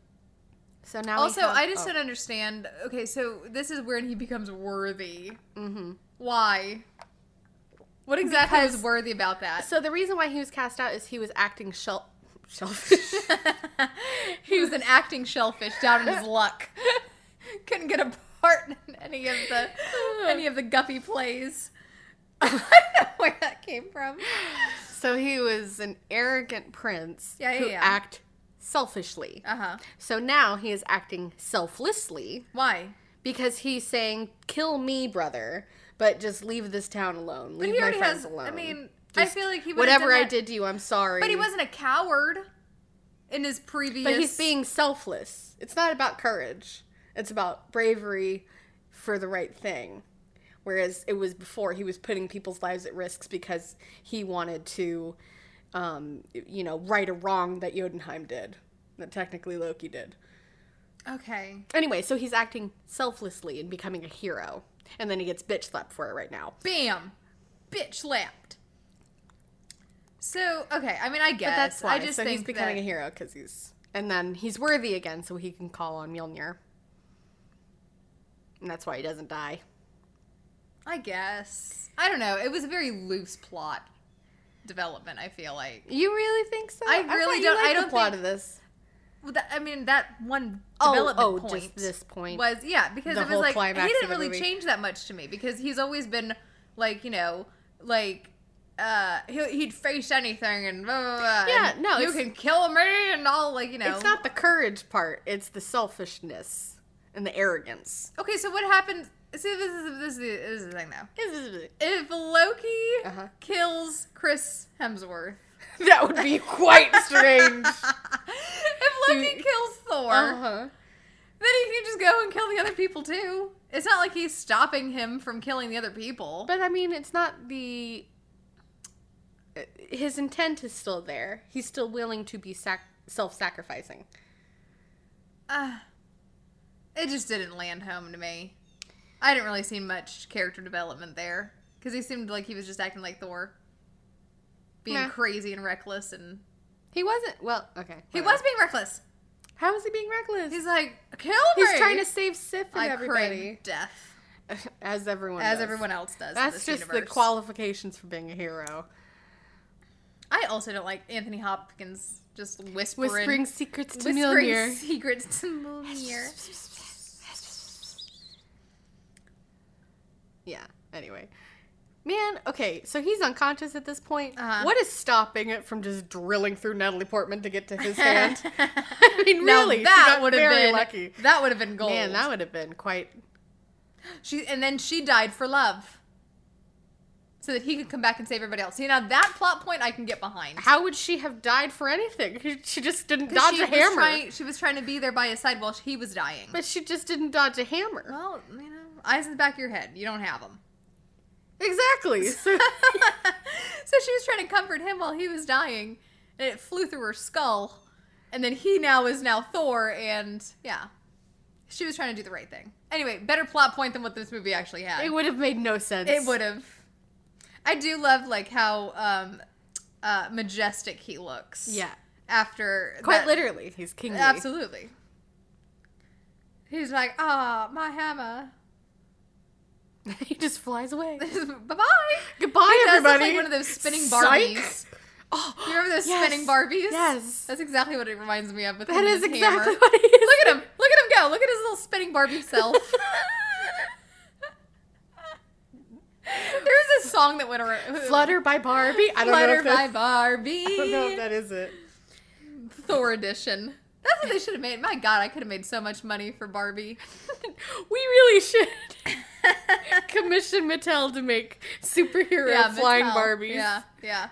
S2: so now. we
S1: Also,
S2: have-
S1: I just
S2: oh,
S1: don't understand. Okay, so this is when he becomes worthy.
S2: mhm.
S1: Why? What exactly was worthy about that? <laughs>
S2: So the reason why he was cast out is he was acting shell <laughs> shellfish.
S1: he was an acting shellfish down in his luck. <laughs> Couldn't get a part in any of the any of the guppy plays. <laughs> I don't know where that came from.
S2: so he was an arrogant prince
S1: Yeah, yeah,
S2: who
S1: yeah.
S2: act selfishly.
S1: Uh huh.
S2: So now he is acting selflessly.
S1: Why?
S2: because he's saying kill me brother but just leave this town alone leave
S1: He
S2: my
S1: already
S2: friends
S1: has.
S2: alone
S1: I mean, I
S2: Just
S1: feel like he would've
S2: whatever
S1: done
S2: i
S1: that-
S2: did to you i'm sorry
S1: But he wasn't a coward in his previous.
S2: but he's being selfless it's not about courage it's about bravery for the right thing whereas it was before he was putting people's lives at risks because he wanted to um, you know right a wrong that jotunheim did that technically loki did
S1: okay.
S2: anyway so he's acting selflessly and becoming a hero and then he gets bitch slapped for it right now
S1: Bam, bitch slapped. So okay, I mean, I guess.
S2: But that's why.
S1: I just
S2: so
S1: think
S2: he's becoming
S1: that-
S2: a hero because he's, and then he's worthy again, so he can call on Mjolnir. And that's why he doesn't die.
S1: I guess. I don't know. It was a very loose plot development. I feel like.
S2: You really think so?
S1: I
S2: thought
S1: really
S2: you
S1: don't-
S2: liked
S1: I
S2: the
S1: don't
S2: plot
S1: think-
S2: of this.
S1: Well, that, I mean, that one
S2: Oh,
S1: development
S2: oh,
S1: point.
S2: just this point.
S1: was yeah because
S2: The
S1: it was
S2: whole
S1: like
S2: climax
S1: he
S2: of
S1: didn't
S2: the
S1: really
S2: movie.
S1: change that much to me because he's always been like you know like. Uh, he, he'd face anything and blah, blah, blah,
S2: Yeah,
S1: and
S2: no,
S1: you
S2: it's-
S1: can kill me and all like you know.
S2: It's not the courage part; it's the selfishness and the arrogance.
S1: Okay, so what happened? See, this is this is the, this is the thing though.
S2: <laughs> that
S1: If Loki
S2: Uh-huh.
S1: kills Chris Hemsworth,
S2: <laughs> would be <laughs> quite strange.
S1: if Loki
S2: Dude.
S1: kills Thor,
S2: uh-huh.
S1: then he can just go and kill the other people too. It's not like he's stopping him from killing the other people.
S2: But I mean, it's not the. uh, His intent is still there. He's still willing to be sac- self-sacrificing.
S1: uh, Ah. it just didn't land home to me. I didn't really see much character development there because he seemed like he was just acting like Thor, being
S2: Nah.
S1: crazy and reckless, and
S2: He wasn't. Well, okay.
S1: he
S2: whatever.
S1: was being reckless.
S2: How is he being reckless? He's,
S1: He's like, kill me.
S2: trying to save Sif and
S1: I
S2: everybody,
S1: crave death,
S2: <laughs> as everyone.
S1: as
S2: does.
S1: everyone else does. in
S2: That's
S1: this
S2: just
S1: universe.
S2: the qualifications for being a hero.
S1: I also don't like Anthony Hopkins just whispering,
S2: Whispering secrets to
S1: whispering <laughs>
S2: Mjolnir.
S1: secrets to Mjolnir.
S2: <laughs> Yeah. Anyway, man. Okay, so he's unconscious at this point.
S1: Uh-huh.
S2: What is stopping it from just drilling through Natalie Portman to get to his hand? <laughs>
S1: <laughs>
S2: I mean,
S1: Now
S2: really, she
S1: that
S2: got
S1: would have
S2: very
S1: been
S2: lucky.
S1: That would have been gold.
S2: Man, that would have been quite.
S1: She and then she died for love, so that he could come back and save everybody else. See, now that plot point I can get behind.
S2: How would she have died for anything? <laughs> She just didn't
S1: 'Cause
S2: dodge
S1: she
S2: a
S1: was
S2: hammer.
S1: trying- she was trying to be there by his side while he was dying.
S2: But she just didn't dodge a hammer.
S1: well, you know, eyes in the back of your head. You don't have them.
S2: Exactly.
S1: <laughs>
S2: So,
S1: so she was trying to comfort him while he was dying, and it flew through her skull. And then he now is now Thor, and yeah, she was trying to do the right thing. Anyway, better plot point than what this movie actually had.
S2: it would have made no sense.
S1: It would have. I do love like how um, uh, majestic he looks.
S2: Yeah.
S1: After
S2: Quite
S1: that-
S2: literally, he's kingly.
S1: Absolutely. He's like, ah, my hammer.
S2: <laughs>
S1: <laughs>
S2: he just flies away.
S1: bye bye.
S2: Goodbye,
S1: He does look
S2: everybody.
S1: like one of those spinning
S2: Psych.
S1: Barbies. You
S2: Oh,
S1: remember those
S2: Yes.
S1: spinning Barbies?
S2: Yes.
S1: That's exactly what it reminds me of. With
S2: that
S1: him and
S2: is
S1: his
S2: exactly
S1: hammer.
S2: what he is.
S1: Look at him. Look at him go. Look at his little spinning Barbie
S2: <laughs>
S1: self. there was a song that went around.
S2: Flutter by Barbie. I don't know
S1: Flutter
S2: if that's,
S1: by Barbie.
S2: I don't know if that is it.
S1: Thor edition. That's what they should have made. My God, I could have made so much money for Barbie.
S2: we
S1: <laughs>
S2: really should commission Mattel to make superhero flying
S1: Mattel.
S2: Barbies.
S1: Yeah, yeah.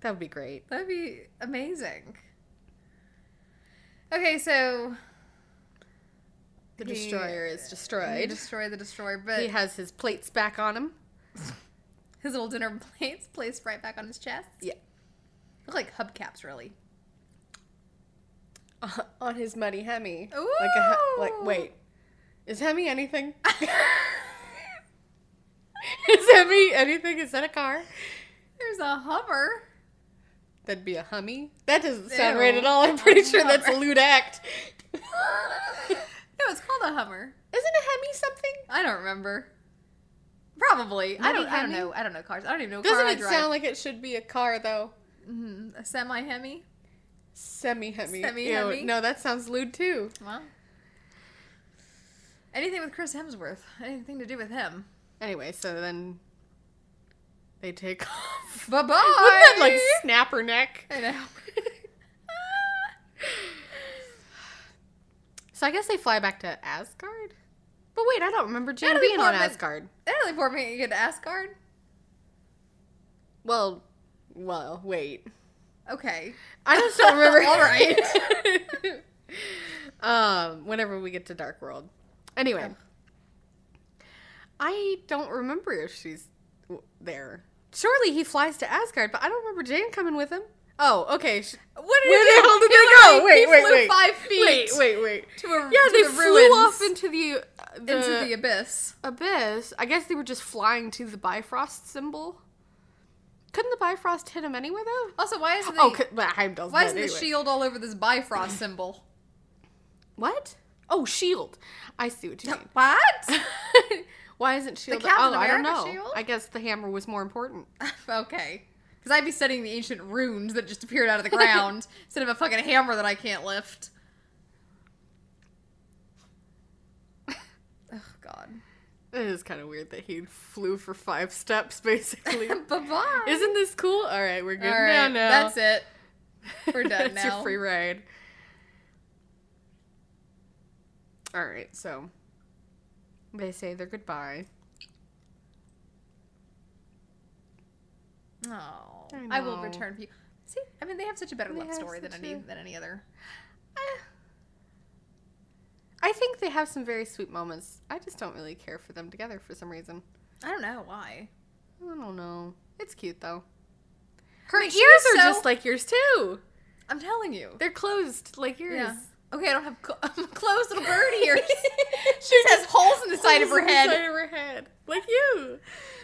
S2: That would be great.
S1: That'd be amazing. Okay, so
S2: The
S1: He-
S2: destroyer is
S1: you
S2: destroyed.
S1: destroy the destroyer, but
S2: He has his plates back on him.
S1: his little dinner plate's placed right back on his chest.
S2: Yeah.
S1: Look like hubcaps,
S2: <laughs>
S1: really.
S2: on his muddy Hemi.
S1: Ooh.
S2: Like a he- like wait. Is Hemi anything? <laughs> is Hemi anything? Is that a car?
S1: There's a
S2: <laughs>
S1: Hummer.
S2: That'd be a Hummy. That doesn't sound right
S1: Ew.
S2: at all. I'm pretty
S1: That's
S2: sure that's a
S1: Hummer.
S2: lewd act.
S1: no, it's called a Hummer.
S2: Isn't a Hemi something?
S1: I don't remember. Probably. I
S2: Maybe
S1: don't. I don't
S2: Hemi?
S1: know. I don't know cars. I don't even know what
S2: Doesn't
S1: car I
S2: it
S1: drive.
S2: sound like it should be a car though?
S1: Mhm, a semi Hemi?
S2: Semi Hemi.
S1: Semi-Hemi?
S2: No, that sounds lewd too.
S1: Well, anything with Chris Hemsworth. Anything to do with him.
S2: Anyway, so then they take <laughs> off.
S1: <laughs> Bye
S2: Wouldn't that like
S1: bye.
S2: snap her neck?
S1: I know. <laughs>
S2: So I guess they fly back to Asgard. But wait, I don't remember Jane
S1: Natalie
S2: being on
S1: Portman-
S2: Asgard.
S1: Natalie Portman can get to Asgard.
S2: Well, well, wait.
S1: Okay.
S2: I just don't remember.
S1: All
S2: <laughs> um, whenever we get to Dark World. Anyway,
S1: Oh.
S2: I don't remember if she's w- there. Surely he flies to Asgard, but I don't remember Jane coming with him. Oh, okay. sh-
S1: What
S2: Where
S1: he
S2: the <laughs>
S1: do?
S2: hell did
S1: He
S2: they go?
S1: literally-
S2: Wait,
S1: he
S2: wait,
S1: flew
S2: wait.
S1: Five feet.
S2: Wait, wait, wait.
S1: To a,
S2: Yeah,
S1: to
S2: they
S1: the
S2: flew
S1: ruins,
S2: off into the, uh, the
S1: into the abyss.
S2: abyss. I guess they were just flying to the Bifrost symbol. Couldn't the Bifrost hit him anyway though?
S1: Also, why isn't
S2: oh,
S1: the-
S2: could, but Heimdall's
S1: why
S2: dead
S1: isn't
S2: anyway.
S1: the shield all over this Bifrost symbol?
S2: What? Oh, Shield. I see what you mean.
S1: <laughs> What?
S2: <laughs> Why isn't Shield?
S1: Captain
S2: oh, I don't know.
S1: America shield?
S2: I guess the hammer was more important. <laughs>
S1: okay. Because I'd be studying the ancient runes that just appeared out of the
S2: <laughs>
S1: ground instead of a fucking hammer that I can't lift. oh, God.
S2: It is kind of weird that he flew for five steps,
S1: <laughs>
S2: <laughs> basically.
S1: bye bye.
S2: Isn't this cool? All right, we're good
S1: All
S2: now.
S1: right.
S2: now.
S1: That's it.
S2: <laughs>
S1: We're done
S2: That's
S1: now.
S2: your free ride. All right, so they say their goodbye.
S1: Oh,
S2: I
S1: I, will
S2: know.
S1: return for you. See, I mean, they have such a better
S2: They
S1: love
S2: have
S1: story than
S2: such
S1: any
S2: a-
S1: than any other.
S2: Eh. I think they have some very sweet moments. I just don't really care for them together for some reason.
S1: I don't know why.
S2: I don't know. It's cute though.
S1: Her
S2: Ears are just like yours too.
S1: I'm telling you.
S2: They're closed like yours.
S1: Yeah. Okay, I don't have cl- <laughs> I'm a closed little
S2: <laughs>
S1: birdie ears. <laughs> she has holes in the side of her head.
S2: Side of her head. Like you.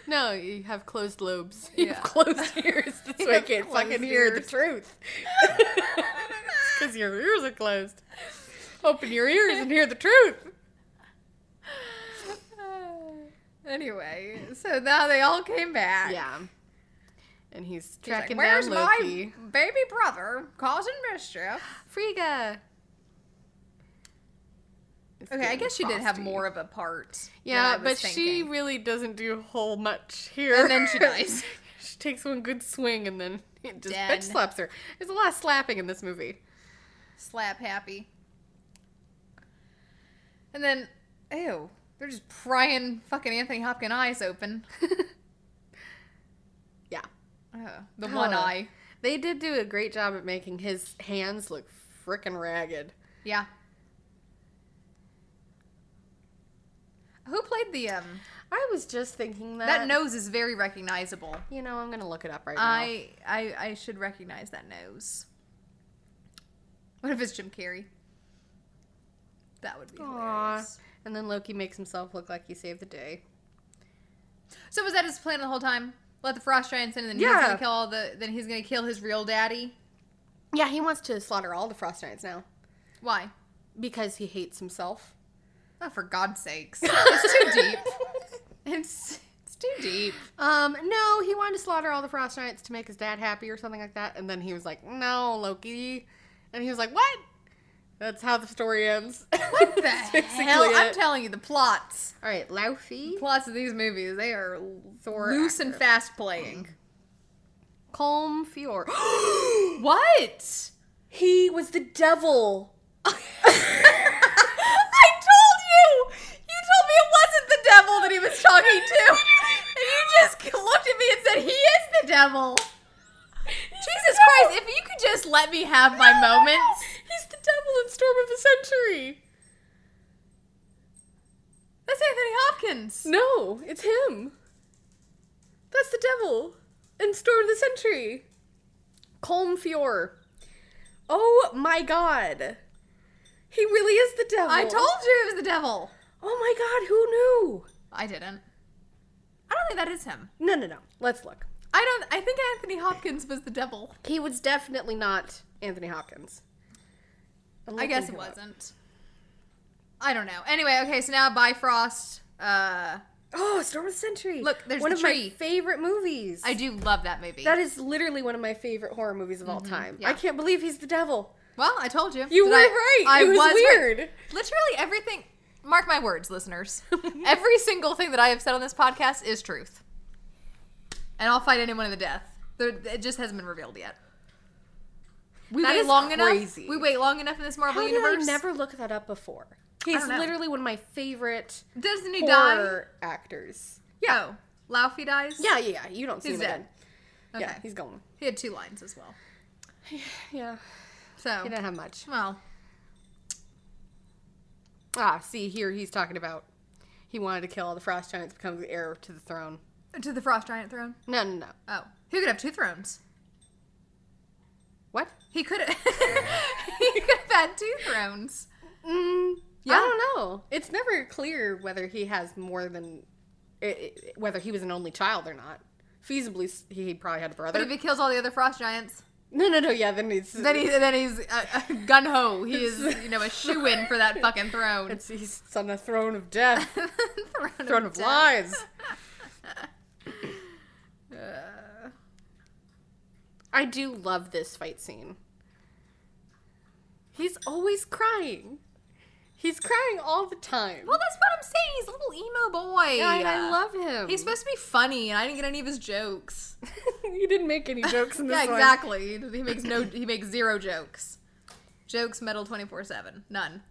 S2: No, you have closed lobes. You
S1: Yeah.
S2: have closed <laughs> ears. That's
S1: You
S2: why I
S1: have
S2: can't fucking
S1: closed
S2: hear the
S1: ears.
S2: <laughs> truth. Because your ears are closed. Open your ears and hear the truth.
S1: anyway, so now they all came back.
S2: Yeah. And he's
S1: He's like,
S2: tracking
S1: Where's
S2: down Loki.
S1: my baby brother causing mischief?
S2: Frigga. It's
S1: Okay, I
S2: getting
S1: guess she did have
S2: frosty.
S1: more of a part. than I
S2: Yeah,
S1: was
S2: but she
S1: thinking.
S2: really doesn't do whole much here.
S1: And then
S2: <laughs>
S1: she dies.
S2: she takes one good swing and then <laughs> it just
S1: Dead.
S2: bitch slaps her. There's a lot of slapping in this movie.
S1: slap happy. And then, ew, they're just prying fucking Anthony Hopkins eyes
S2: <laughs>
S1: open.
S2: Yeah.
S1: Ugh, Uh, the one
S2: Ugh.
S1: eye.
S2: They did do a great job at making his hands look freaking ragged.
S1: Yeah. Who played the um?
S2: I was just thinking that.
S1: That nose is very recognizable.
S2: You know, I'm going to look it up right now.
S1: I I I should recognize that nose. What if it's Jim Carrey? That would be
S2: Aw.
S1: hilarious.
S2: And then Loki makes himself look like he saved the day.
S1: So was that his plan the whole time? Let the frost giants in, and then he's
S2: Yeah.
S1: gonna kill all the. Then he's gonna kill his real daddy.
S2: Yeah, he wants to slaughter all the Frost Giants now
S1: Why?
S2: because he hates himself.
S1: Oh, for God's <laughs> sakes! It's too deep. It's it's too deep.
S2: Um, no, he wanted to slaughter all the Frost Giants to make his dad happy or something like that. And then he was like, no, Loki. And he was like, what? That's how the story ends. <laughs> What
S1: The hell! I'm telling you, the plots,
S2: all right, Laufey.
S1: plots of these movies, they are
S2: Thor
S1: loose and
S2: actor.
S1: fast playing.
S2: Colm Fior. <gasps>
S1: What?
S2: he was the <laughs> devil.
S1: I told you! You told me it wasn't the devil that he was talking to. <laughs> And you just looked at me and said, He is the devil. Jesus Christ, if you could just let me have <laughs> my moments.
S2: He's the devil in Storm of the Century.
S1: That's Anthony Hopkins.
S2: No, it's him. That's the devil in Storm of the Century. Colm Fior. Oh my god. He really is the devil.
S1: I told you it was the devil.
S2: Oh my god, who
S1: I didn't. I don't think that is him.
S2: knew? No, no, no. Let's look.
S1: I don't I think Anthony Hopkins was the devil.
S2: He was definitely not Anthony Hopkins.
S1: I
S2: I'm looking
S1: guess it
S2: him up.
S1: wasn't. I don't know. Anyway, okay, so now Bifrost. Uh
S2: Oh, Storm of the Century.
S1: Look, there's
S2: one
S1: the
S2: of
S1: tree.
S2: my favorite movies.
S1: I do love that movie.
S2: That is literally one of my favorite horror movies of all time.
S1: Mm-hmm. yeah.
S2: I can't believe he's the devil.
S1: Well, I told you.
S2: You
S1: Did
S2: were
S1: I-
S2: right.
S1: I
S2: it was,
S1: right.
S2: weird.
S1: Literally everything. Mark my words,
S2: <laughs>
S1: listeners. Every single thing that I have said on this podcast is truth, and I'll fight anyone to the death. There, it just hasn't been revealed yet. We
S2: That
S1: wait
S2: is
S1: long
S2: crazy.
S1: enough. We wait long enough in this Marvel
S2: How did I
S1: universe.
S2: never look that up before? He's
S1: don't know.
S2: literally one of my favorite
S1: Doesn't he die?
S2: horror actors.
S1: Yeah. Oh, Laufey dies.
S2: Yeah, yeah, yeah. You don't see
S1: He's
S2: him
S1: dead.
S2: again.
S1: Okay.
S2: Yeah, he's gone.
S1: he had two lines as well.
S2: Yeah,
S1: So
S2: he didn't have much.
S1: well,
S2: Ah, see here, he's talking about he wanted to kill all the frost giants, becomes the heir to the throne.
S1: to the Frost Giant throne.
S2: No, no, no.
S1: Oh, he could have two thrones.
S2: What?
S1: He could. <laughs> he could have had two thrones.
S2: Mm,
S1: Yeah.
S2: I don't know. It's never clear whether he has more than i i- whether he was an only child or not. Feasibly, s- he probably had a brother.
S1: But if he kills all the other frost giants,
S2: no, no, no. Yeah, then he's
S1: then he then he's uh, uh, gun ho. He is you know a shoe in for that fucking throne. <laughs>
S2: <laughs> it's, he's on a throne of death,
S1: throne,
S2: <laughs> throne of
S1: death.
S2: lies. <laughs>
S1: Uh,
S2: I do love this fight scene. He's always crying. He's crying all the time.
S1: well, that's what I'm saying. He's a little emo boy.
S2: Yeah, and I love him.
S1: He's supposed to be funny, and I didn't get any of his jokes.
S2: <laughs> you didn't make <laughs> any jokes in this
S1: yeah,
S2: one.
S1: exactly. He makes no. He makes zero jokes. Jokes metal twenty four seven. None.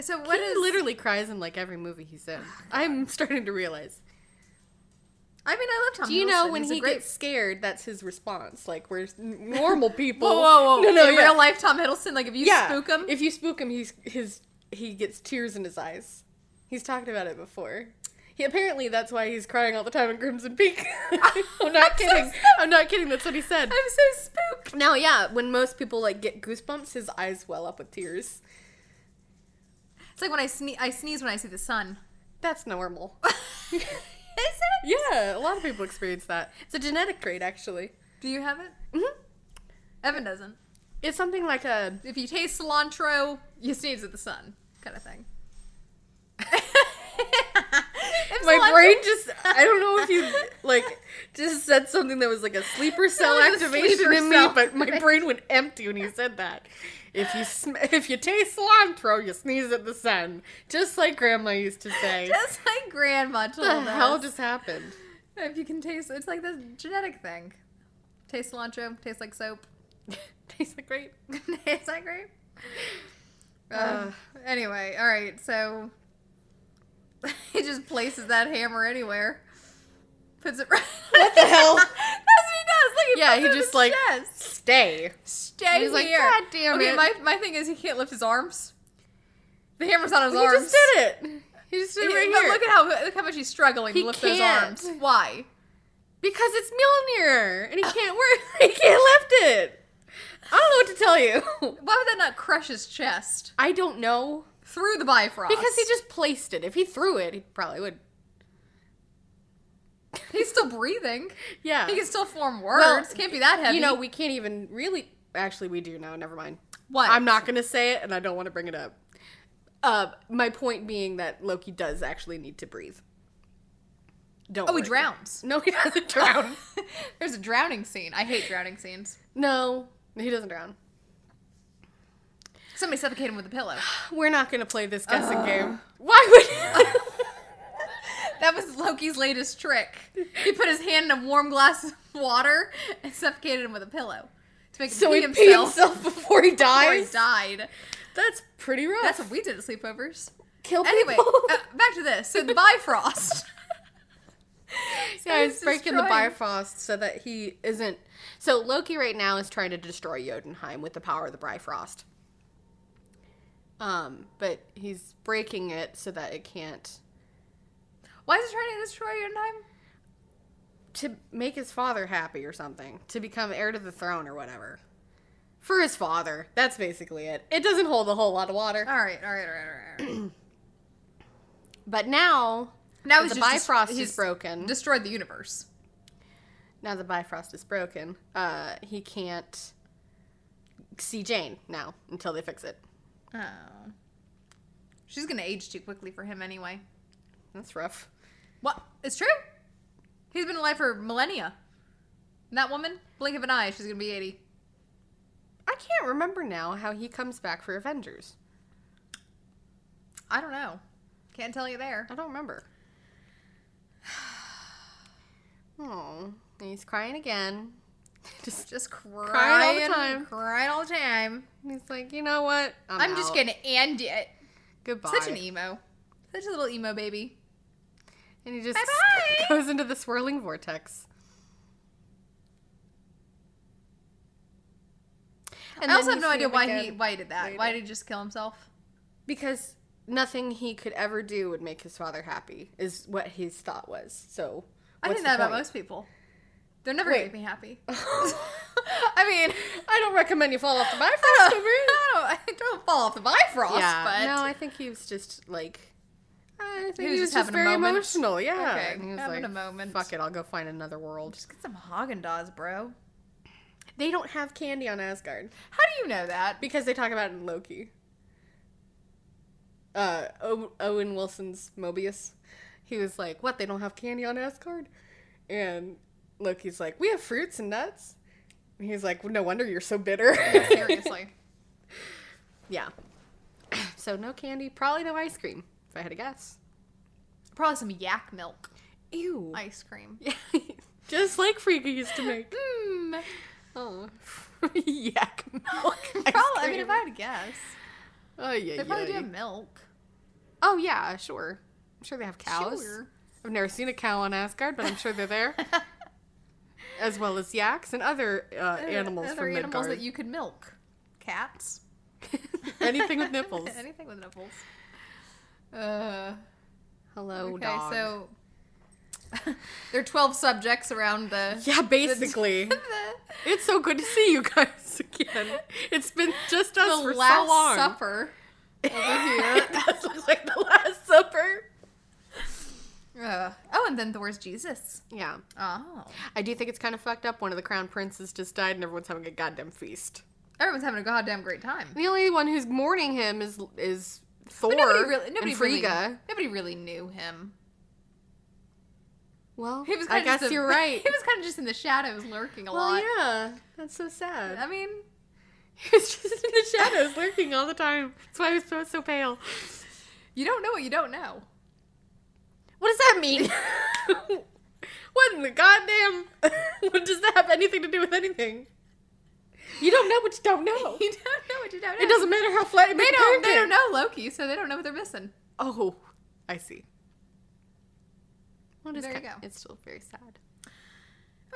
S1: So what
S2: he
S1: is?
S2: literally cries in like every movie he's in. I'm starting to realize.
S1: I mean, I love Tom.
S2: Do you know
S1: Hiddleston.
S2: when
S1: He's a
S2: he
S1: great,
S2: gets scared? That's his response. Like we're s- <laughs> normal people.
S1: Whoa, whoa, whoa!
S2: No, no,
S1: In
S2: yeah.
S1: real life, Tom Hiddleston. Like if you
S2: yeah.
S1: spook him,
S2: If you spook him, he's his he gets tears in his eyes. He's talked about it before. He apparently that's why he's crying all the time in Crimson Peak. <laughs> I'm not kidding. I'm not kidding. That's what he said.
S1: I'm so spooked.
S2: Now, yeah, when most people like get goosebumps, his eyes well up with tears.
S1: It's like when I sneeze. I sneeze when I see the
S2: <laughs>
S1: sun.
S2: That's normal.
S1: Is it?
S2: yeah, a lot of people experience that. It's a genetic trait, actually.
S1: Do you have it?
S2: Mhm.
S1: Evan doesn't.
S2: It's something like a
S1: If you taste cilantro, you sneeze at the sun, kind of thing. <laughs> If
S2: my
S1: cilantro-
S2: brain just I don't know if you like just said something that was like a sleeper cell
S1: <laughs> That was a
S2: activation
S1: sleeper
S2: in me,
S1: cell.
S2: but my brain went empty when you said that. If you sm- if you taste cilantro, you sneeze at the sun, just like Grandma used to say.
S1: Just like grandma told
S2: what the hell
S1: us.
S2: just happened? <laughs>
S1: if you can taste, it's like this genetic thing. Taste cilantro, tastes like soap. <laughs>
S2: Tastes like grape.
S1: Is that great? Uh, anyway, all right. So <laughs> he just places that hammer anywhere, puts it <laughs> right.
S2: What the
S1: <laughs>
S2: hell?
S1: That's what he does. Like he
S2: Yeah,
S1: puts
S2: he
S1: it in
S2: just,
S1: his
S2: like-
S1: chest.
S2: Stay.
S1: stay
S2: he's like,
S1: here.
S2: "God damn
S1: okay,
S2: it."
S1: My my thing is he can't lift his arms. The hammer's on his
S2: He
S1: arms.
S2: just did it. He just did it
S1: He-
S2: right
S1: but
S2: here.
S1: look at how look how much he's struggling
S2: He
S1: to lift
S2: can't.
S1: those arms. Why?
S2: because it's Mjolnir, and he can't work. <laughs>
S1: <laughs>
S2: he can't lift it. I don't know what to tell you. <laughs>
S1: Why would that not crush his chest
S2: I don't know.
S1: through the Bifrost?
S2: Because he just placed it. If he threw it, he probably would.
S1: he's still breathing.
S2: Yeah.
S1: He can still form words.
S2: Well,
S1: can't be that heavy.
S2: you know, we can't even really. Actually, we do now. Never mind.
S1: What?
S2: I'm not going to say it, and I don't want to bring it up. Uh, my point being that Loki does actually need to breathe. Don't.
S1: Oh, he
S2: worry.
S1: drowns.
S2: No, he
S1: <laughs>
S2: doesn't drown.
S1: There's a drowning scene. I hate drowning scenes.
S2: no, he doesn't drown.
S1: Somebody suffocate him with a
S2: <sighs>
S1: pillow.
S2: We're not going to play this guessing game. Why
S1: <laughs> That was Loki's latest trick. He put his hand in a warm glass of water and suffocated him with a pillow to make
S2: would?
S1: him
S2: so
S1: pee
S2: he
S1: himself,
S2: peed himself before he dies.
S1: before he died.
S2: That's pretty rough.
S1: That's what we did at
S2: <laughs>
S1: sleepovers.
S2: kill
S1: Anyway,
S2: people.
S1: uh, back to this. So the Bifrost.
S2: <laughs> Yeah, he's
S1: He's
S2: breaking the
S1: destroying-
S2: Bifrost so that he isn't. So Loki right now is trying to destroy Jotunheim with the power of the Bifrost. Um, but he's breaking it so that it can't
S1: Why is he trying to destroy Jotunheim?
S2: to make his father happy or something to become heir to the throne or whatever for his father. That's basically it. It doesn't hold a whole lot of water.
S1: All right, all right, all right, all right. <clears throat> All right.
S2: But now,
S1: Now
S2: the
S1: just dis-
S2: Bifrost
S1: he's
S2: is broken.
S1: Destroyed the universe.
S2: now the Bifrost is broken. Uh, he can't see Jane now until they fix it.
S1: Oh. She's gonna age too quickly for him anyway.
S2: That's rough.
S1: What? It's true. He's been alive for millennia. And that woman, blink of an eye, she's gonna be eighty.
S2: I can't remember now how he comes back for Avengers.
S1: I don't know. Can't tell you there.
S2: I don't remember. <sighs> Oh, and he's crying again. Just
S1: Just crying,
S2: all the time.
S1: Crying all the time.
S2: he's like, you know what?
S1: I'm, just
S2: out.
S1: gonna end it.
S2: goodbye.
S1: Such an emo. Such a little emo baby.
S2: and he just
S1: e- Bye-bye.
S2: <laughs> goes into the swirling vortex. And
S1: I
S2: then
S1: also have
S2: you
S1: no
S2: see
S1: idea
S2: him
S1: why he
S2: again
S1: why he did that.
S2: later.
S1: Why did he just kill himself?
S2: because nothing he could ever do would make his father happy is what his thought was. So
S1: I
S2: what's
S1: think
S2: the
S1: that about
S2: point?
S1: most people. They're never
S2: Wait.
S1: gonna make me happy. I mean,
S2: <laughs> I don't recommend you fall off the bifrost
S1: <laughs>
S2: <laughs>
S1: I don't,
S2: over it.
S1: I don't, I don't fall off the Bifrost, but
S2: no, I think he was just like. I think he was,
S1: was
S2: just,
S1: just having a
S2: very
S1: moment.
S2: emotional. Yeah,
S1: Okay,
S2: and he was
S1: having
S2: like,
S1: a moment.
S2: "Fuck it, I'll go find another world."
S1: Just get some Haagen Dazs, bro.
S2: They don't have candy on Asgard
S1: How do you know that?
S2: <laughs> because they talk about it in Loki. Uh, o- Owen Wilson's Mobius, he was like, "What? They don't have candy on Asgard?" And Loki's like, "We have fruits and nuts." And he's like, "No wonder you're so bitter." <laughs>
S1: Seriously.
S2: yeah. <clears throat> So no candy, probably no ice cream. If I had to guess.
S1: Probably some yak milk
S2: Ew.
S1: ice cream. <laughs>
S2: <laughs> Just like Frigga used to <laughs> make.
S1: Mmm.
S2: Oh. <laughs> Yak
S1: <laughs>
S2: milk.
S1: Probably. I mean, if I had to guess,
S2: Oh, yeah,
S1: they probably do have milk.
S2: Oh, yeah, sure. I'm sure they have cows.
S1: Sure.
S2: I've never seen a cow on Asgard, but I'm sure
S1: <laughs>
S2: they're there. as well as yaks and other uh, animals
S1: Other
S2: from
S1: animals
S2: Midgard.
S1: that you could milk. Cats. <laughs>
S2: <laughs> Anything with nipples.
S1: Anything with nipples. Uh,
S2: Hello,
S1: Okay,
S2: dog.
S1: so <laughs> there are 12 subjects around the. <laughs>
S2: yeah, basically.
S1: the-
S2: it's so good to see you guys <laughs> again. It's been just us
S1: the
S2: for
S1: Last
S2: so long.
S1: Supper.
S2: it does look like the Last Supper.
S1: Ugh. oh, and then there's Jesus.
S2: Yeah,
S1: Oh.
S2: I do think it's kind of fucked up. One of the crown princes just died, and everyone's having a goddamn feast.
S1: Everyone's having a goddamn great time.
S2: The only one who's mourning him is is Thor
S1: But nobody really, nobody
S2: and Frigga.
S1: Really, nobody really knew him.
S2: Well,
S1: He was
S2: I
S1: kind of
S2: guess you're right.
S1: <laughs> He was kind of just in the shadows, lurking a
S2: well,
S1: lot.
S2: yeah, that's so <laughs> sad.
S1: I mean,
S2: He was just in the shadows, lurking all the time. That's why he was so, so pale.
S1: you don't know what you don't know. <laughs>
S2: What does that mean? <laughs> what in the goddamn? <laughs> what does that have anything to do with anything? You don't know what you don't know.
S1: You don't know what you don't know.
S2: It doesn't matter how flat you
S1: They
S2: make a
S1: don't. They
S2: pancake.
S1: don't know Loki, so they don't know what they're missing.
S2: Oh, I see. Well, it is
S1: There you
S2: kind-
S1: go.
S2: It's still very sad.
S1: I'm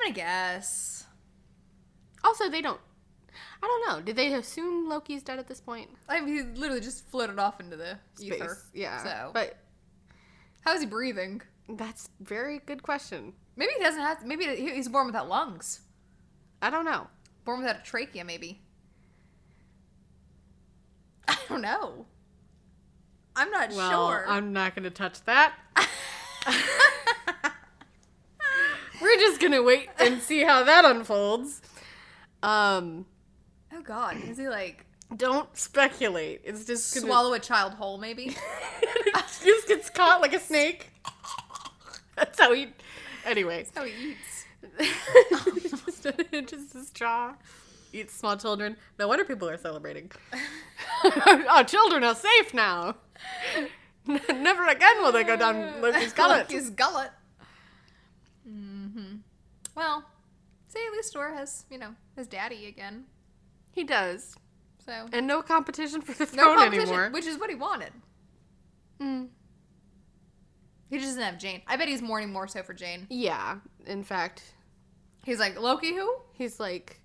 S1: gonna guess.
S2: Also, they don't. I don't know. Did they assume Loki's dead at this point?
S1: I mean, he literally just floated off into the ether.
S2: Space. Yeah.
S1: So,
S2: But
S1: how is he breathing?
S2: that's very good question.
S1: Maybe he doesn't have. Maybe he- he's born without lungs.
S2: I don't know.
S1: Born without a trachea, maybe. I don't know. I'm not sure.
S2: I'm not going to touch that. <laughs> We're just going to wait and see how that unfolds. Um,
S1: <laughs> oh God, is he like
S2: don't speculate. It's just gonna,
S1: swallow a child whole? Maybe.
S2: <laughs> it just gets caught like a snake. <laughs> That's how he. Anyway,
S1: That's how Oh, he
S2: <laughs>
S1: eats.
S2: just, just his jaw. Eats small children. No wonder people are celebrating. <laughs> Our children are safe now. Never again will they go down <laughs> Loki's gullet.
S1: Loki's gullet. hmm Well, say at least Thor has, you know, his daddy again.
S2: He does,
S1: So
S2: and no competition for the
S1: no
S2: throne
S1: competition,
S2: anymore.
S1: which is what he wanted.
S2: Mm.
S1: He just doesn't have Jane. I bet he's mourning more so for Jane.
S2: Yeah, in fact,
S1: He's like Loki, who?
S2: he's like,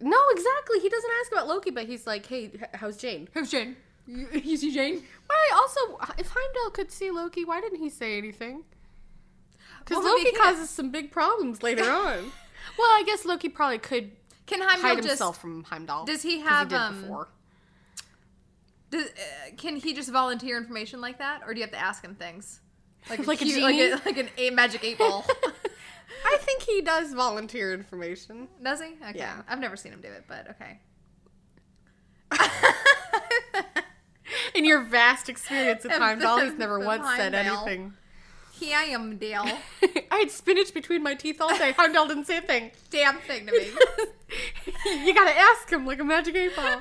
S2: no, exactly. He doesn't ask about Loki, but he's like, hey, h- how's Jane?
S1: Who's Jane?
S2: <laughs>
S1: You, you see Jane?
S2: Why? Also, if Heimdall could see Loki, why didn't he say anything? Because
S1: Well, maybe
S2: Loki
S1: he-
S2: causes some big problems <laughs> later on. Well, I guess Loki probably could
S1: Can Heimdall
S2: hide
S1: just?
S2: himself from Heimdall.
S1: does he
S2: 'cause
S1: have,
S2: did
S1: um,
S2: before.
S1: Does, uh, can he just volunteer information like that, or do you have to ask him things?
S2: Like a
S1: cute-
S2: genie?
S1: like, a, like an a magic eight
S2: <laughs>
S1: ball.
S2: <laughs> I think he does volunteer information.
S1: Does he? Okay.
S2: Yeah.
S1: I've never seen him do it, but
S2: <laughs>
S1: okay.
S2: In your vast experience with
S1: Of
S2: Heimdall,
S1: the-
S2: he's never
S1: of
S2: once said
S1: Heimdall.
S2: anything.
S1: Here I am, Dale.
S2: <laughs> I had spinach between my teeth all day. Heimdall didn't say a thing.
S1: Damn thing to
S2: <laughs>
S1: me.
S2: you gotta ask him like a magic eight <laughs> ball.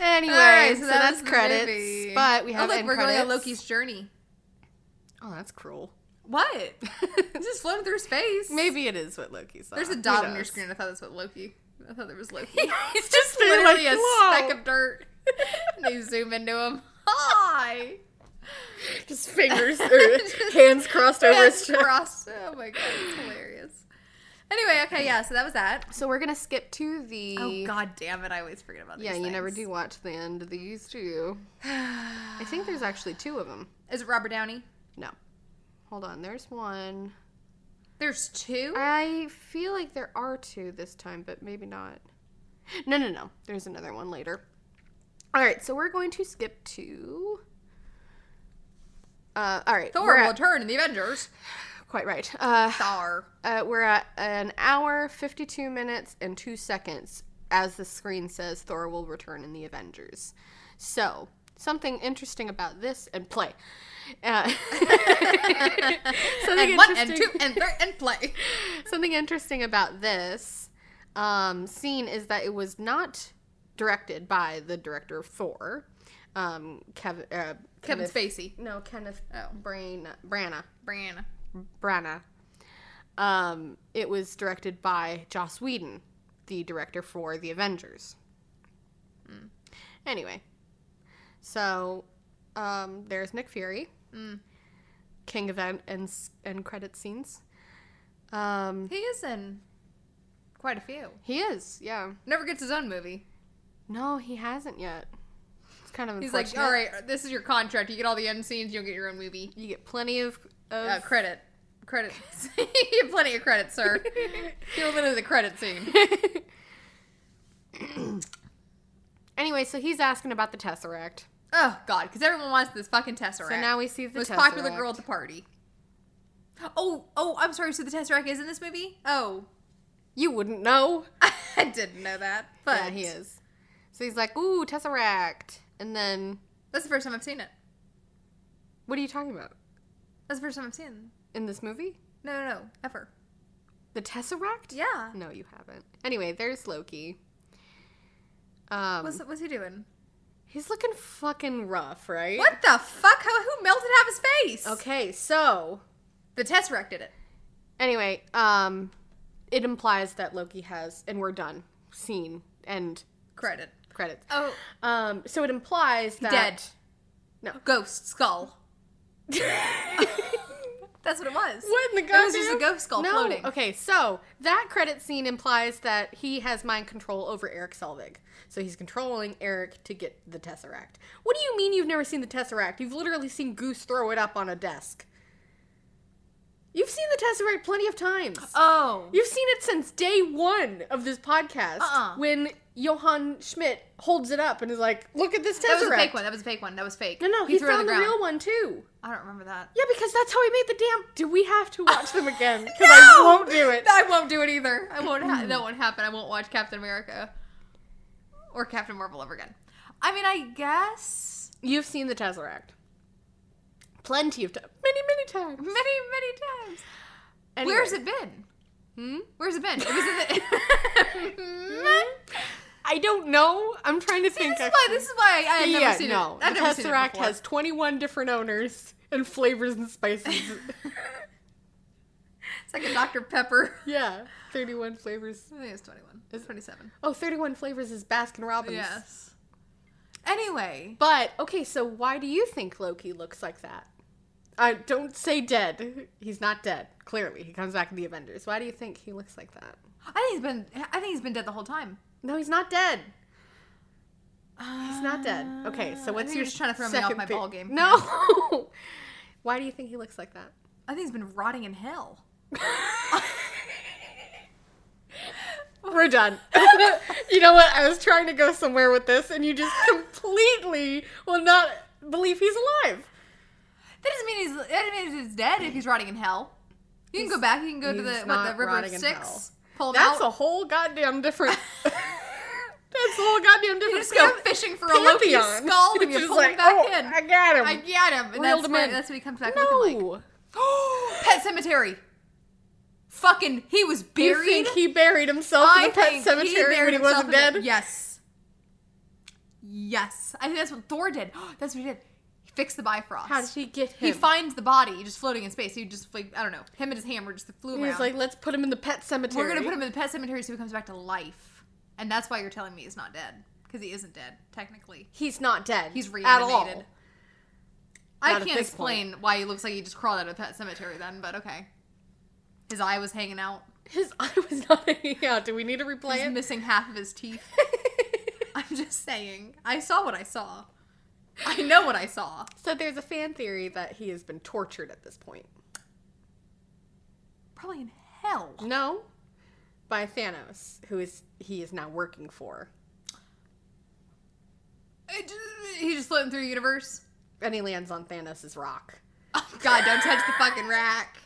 S2: Anyway,
S1: Alright,
S2: so,
S1: that
S2: that's
S1: was the
S2: credits.
S1: movie.
S2: But we
S1: Oh,
S2: have
S1: look,
S2: end
S1: we're going on
S2: credits.
S1: Loki's journey.
S2: Oh, that's <laughs> cruel.
S1: What? It's just floating through space.
S2: Maybe it is what Loki saw.
S1: There's a
S2: Who
S1: dot on your
S2: knows? <laughs>
S1: screen. I thought that's what Loki. I thought there was Loki.
S2: He's <laughs>
S1: <laughs>
S2: just there, like,
S1: Literally a
S2: whoa.
S1: speck of dirt. And they zoom into him. <laughs> Hi.
S2: <laughs> just fingers or hands crossed over his <laughs>
S1: Hands
S2: chest.
S1: crossed. Oh my god, it's hilarious. Anyway, okay, yeah. So that was that.
S2: So we're gonna skip to the.
S1: Oh god damn it! I always forget about these.
S2: Yeah, you never
S1: things.
S2: do watch the end of these, do you? <sighs> I think there's actually two of them.
S1: Is it Robert Downey?
S2: No, hold on. There's one.
S1: There's two.
S2: I feel like there are two this time, but maybe not. No, no, no. There's another one later. All right, so we're going to skip to. Uh, all right,
S1: Thor
S2: we're
S1: will
S2: at,
S1: return in the Avengers.
S2: quite right.
S1: <sighs>
S2: Uh,
S1: Thor.
S2: uh, we're at an hour, fifty-two minutes, and two seconds. As the screen says, Thor will return in the Avengers. So something interesting about this and play. Uh, <laughs> something
S1: and one and
S2: interesting-
S1: two and three and <laughs> play.
S2: Something interesting about this um, scene is that it was not directed by the director of Thor, um, Kevin. Uh,
S1: Kevin
S2: Kenneth-
S1: Spacey.
S2: No, Kenneth Brain Brana
S1: Brianna.
S2: Brana. Um, it was directed by Joss Whedon, the director for The Avengers. Hmm. Anyway, so um, there's Nick Fury, King of End and and credit scenes. Um,
S1: He is in quite a few.
S2: He is, yeah.
S1: Never gets his own movie.
S2: No, he hasn't yet. kind of
S1: He's like,
S2: unfortunate.
S1: all right, this is your contract. You get all the end scenes. You don't get your own movie.
S2: You get plenty of, of
S1: Uh, credit,
S2: <laughs>
S1: credit. you get <laughs> plenty of credit, sir. You're literally the credit
S2: <laughs>
S1: scene.
S2: anyway. So he's asking about the tesseract.
S1: Oh God, because everyone wants this fucking tesseract.
S2: So now we see the
S1: most
S2: tesseract.
S1: popular girl at the party. Oh, oh, I'm sorry. So the tesseract is in this movie. Oh, <laughs>
S2: You wouldn't know,
S1: I didn't know that. But
S2: yeah, he is. So he's like, "Ooh, tesseract," and then
S1: That's the first time I've seen it.
S2: what are you talking about
S1: That's the first time I've seen. it.
S2: in this movie?
S1: No, no, no, ever.
S2: The tesseract?
S1: Yeah.
S2: No, you haven't. Anyway, there's Loki. Um,
S1: What's what's he doing?
S2: he's looking fucking rough, right?
S1: What the fuck? How, who melted half his face?
S2: Okay, so
S1: The tesseract did it.
S2: anyway, um, it implies that Loki has, and we're done. Scene end
S1: Credit.
S2: credits.
S1: Oh,
S2: Um, so it implies that
S1: dead.
S2: No.
S1: Ghost skull. <laughs> That's what it was.
S2: What in the
S1: It was
S2: goddamn-
S1: just a ghost skull
S2: no.
S1: floating.
S2: Okay, so that credit scene implies that he has mind control over Eric Selvig. So he's controlling Eric to get the Tesseract. What do you mean you've never seen the Tesseract? You've literally seen Goose throw it up on a desk. You've seen the Tesseract plenty of times.
S1: Oh.
S2: You've seen it since day one of this podcast
S1: Uh-uh.
S2: when Johann Schmidt holds it up and is like, look at this Tesseract.
S1: That was a fake one. That was a fake one. That was fake.
S2: No, no, he,
S1: threw it on
S2: found the, real one too.
S1: I don't remember that.
S2: Yeah, because that's how he made the damn. Do we have to watch
S1: <laughs>
S2: them again? Because I
S1: No!
S2: won't do it.
S1: <laughs> I won't do it either. I won't. Ha- that won't happen. I won't watch Captain America or Captain Marvel ever again. I mean, I guess
S2: You've seen the Tesseract. Plenty of times. Many, many times.
S1: many, many times.
S2: Anyway.
S1: Where's it been?
S2: Hmm?
S1: <laughs> Where's it been? It was in the.
S2: Hmm? I don't know. I'm trying to think.
S1: this is why.
S2: actually.
S1: This is why I had never
S2: yeah,
S1: seen
S2: no.
S1: it. I've
S2: the
S1: never seen it
S2: Tesseract
S1: before.
S2: has 21 different owners and flavors and spices.
S1: <laughs> It's like a Dr Pepper.
S2: yeah, 31 flavors.
S1: I think it's twenty-one. It's twenty-seven.
S2: Oh, 31 flavors is Baskin Robbins.
S1: Yes. Anyway,
S2: But okay, so why do you think Loki looks like that? I don't say dead. He's not dead. Clearly, he comes back in the Avengers. Why do you think he looks like that?
S1: I think he's been. I think he's been dead the whole time.
S2: No, he's not dead. He's not dead. Okay, so what's
S1: Uh, think
S2: your
S1: you're just trying to throw me off
S2: second
S1: my
S2: thi-
S1: ball game.
S2: No. <laughs> why do you think he looks like that?
S1: I think he's been rotting in hell.
S2: <laughs> We're done. you know what? I was trying to go somewhere with this, and you just completely will not believe he's alive.
S1: That doesn't mean he's. That doesn't mean he's dead if he's rotting in hell. You can go back. You can go to the
S2: he's
S1: what the
S2: not
S1: river
S2: rotting in
S1: Styx.
S2: hell.
S1: Pull him
S2: That's
S1: out.
S2: a whole goddamn different. <laughs> That's a whole goddamn different.
S1: you just go
S2: pan-
S1: fishing for a Loki
S2: pantheon.
S1: skull and you
S2: Just
S1: pull
S2: like,
S1: him back
S2: "Oh,
S1: in.
S2: I got him.
S1: I get him. And
S2: Reeled
S1: that's
S2: him
S1: where,
S2: in.
S1: that's what he comes back looking like.
S2: no. <gasps>
S1: Pet Cemetery. Fucking, he was buried.
S2: You think he buried himself in the pet cemetery when he
S1: himself
S2: wasn't
S1: in
S2: dead?
S1: the- yes. Yes. I think that's what Thor did. <gasps> that's what he did. He fixed the Bifrost.
S2: How did he get him?
S1: He finds the body just floating in space. He just like I don't know. Him and his hammer just flew
S2: He's
S1: around.
S2: like, let's put him in the pet cemetery.
S1: We're gonna put him in the pet cemetery so he comes back to life. And that's why you're telling me he's not dead because he isn't dead technically.
S2: He's not dead.
S1: He's
S2: At all.
S1: reanimated. I
S2: Not at
S1: can't
S2: this
S1: explain why he looks like he just crawled out of a pet cemetery then, but okay. His eye was hanging out.
S2: His <laughs> eye was not hanging out. Do we need to replay
S1: He's
S2: it?
S1: missing half of his teeth. <laughs> I'm just saying. I saw what I saw. I know what I saw.
S2: <laughs> so there's a fan theory that he has been tortured at this point.
S1: Probably in hell.
S2: No, by Thanos, who is he is now working for,
S1: It just, he's just floating through the universe. <laughs>
S2: and he lands on Thanos' rock.
S1: Oh, God, don't touch the fucking rack.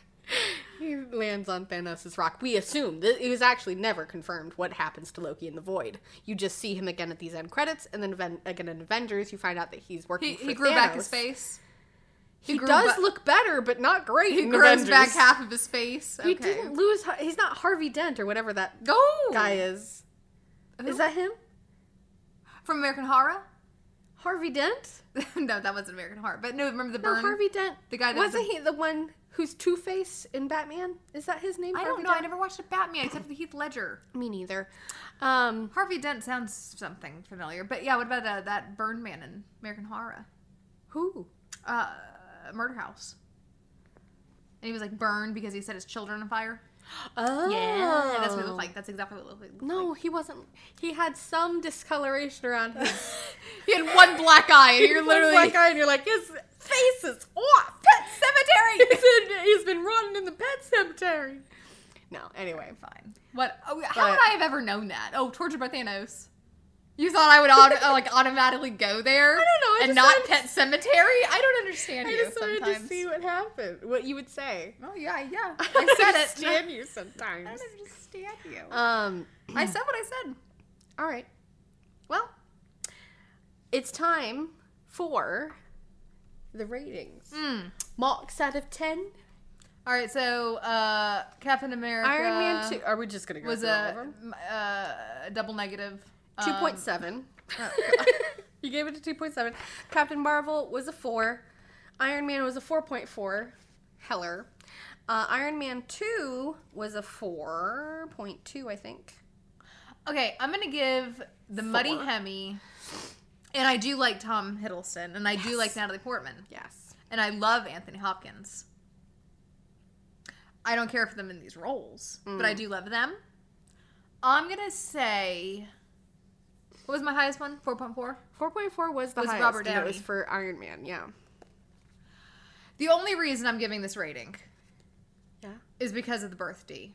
S2: He lands on Thanos' rock. We assume that it was actually never confirmed what happens to Loki in the void. You just see him again at these end credits, and then aven- again in Avengers, you find out that he's working.
S1: He,
S2: for
S1: he grew back his
S2: Thanos.
S1: face.
S2: He,
S1: grew
S2: does
S1: ba-
S2: look better, but not great.
S1: He
S2: in
S1: grows
S2: Avengers.
S1: back half of his face. Okay.
S2: He didn't lose. hi- He's not Harvey Dent or whatever that
S1: Go!
S2: guy is.
S1: Who?
S2: Is that him?
S1: From American Horror? <laughs>
S2: Harvey Dent?
S1: no, that wasn't American Horror. But no, remember the
S2: No,
S1: burn?
S2: Harvey Dent.
S1: The guy that was
S2: wasn't he the one who's Two Face in Batman? Is that his name?
S1: I
S2: Harvey
S1: don't know. I
S2: Dent?
S1: never watched a Batman except for the Heath Ledger.
S2: Me neither. Um,
S1: Harvey Dent sounds something familiar. But yeah, what about uh, that burn man in American Horror?
S2: who?
S1: uh, murder house. And he was like burned because he set his children on fire.
S2: Oh.
S1: Yeah, that's what it looked like. That's exactly what it looked like.
S2: No, he wasn't. He had some discoloration around his
S1: He had
S2: <laughs>
S1: one black eye, and you're literally
S2: black eye, and you're like, his face is off.
S1: pet cemetery.
S2: He's, in, he's been rotting in the pet cemetery. No, anyway.
S1: Fine. What? Oh, how would
S2: But-
S1: I have ever known that? Oh, Torture by Thanos. You thought I would auto,
S2: <laughs>
S1: uh, like automatically go there? I
S2: don't know, I
S1: and
S2: just
S1: not
S2: wanted to-
S1: Pet Cemetery. I don't understand
S2: I
S1: you
S2: just wanted
S1: sometimes.
S2: to see what happened, what you would say.
S1: Oh yeah, yeah. I
S2: <laughs> I
S1: said it.
S2: understand you
S1: I
S2: sometimes.
S1: don't understand you.
S2: Um,
S1: I said what I said.
S2: all right. Well, it's time for the ratings. Marks out of 10.
S1: All right, so uh, Captain America
S2: Iron Man 2. Are we just going to go
S1: was
S2: through all of
S1: a
S2: them?
S1: m- uh, double negative.
S2: Two
S1: Um,
S2: point seven. <laughs> Oh, you gave it a two point seven. Captain Marvel was a four. Iron Man was a four point four. Heller. Uh, Iron Man two was a four point two, I think.
S1: Okay, I'm gonna give the Muddy
S2: Four.
S1: Hemi, and I do like Tom Hiddleston, and I do like
S2: Yes.
S1: Natalie Portman,
S2: Yes.
S1: and I love Anthony Hopkins. I don't care for them in these roles, but I do love them. I'm gonna say, what was my highest one? Four point four.
S2: Four point four was the
S1: Was
S2: highest.
S1: Robert
S2: and It
S1: Downey.
S2: was for Iron Man. Yeah.
S1: The only reason I'm giving this rating
S2: Yeah.
S1: is because of the birth D.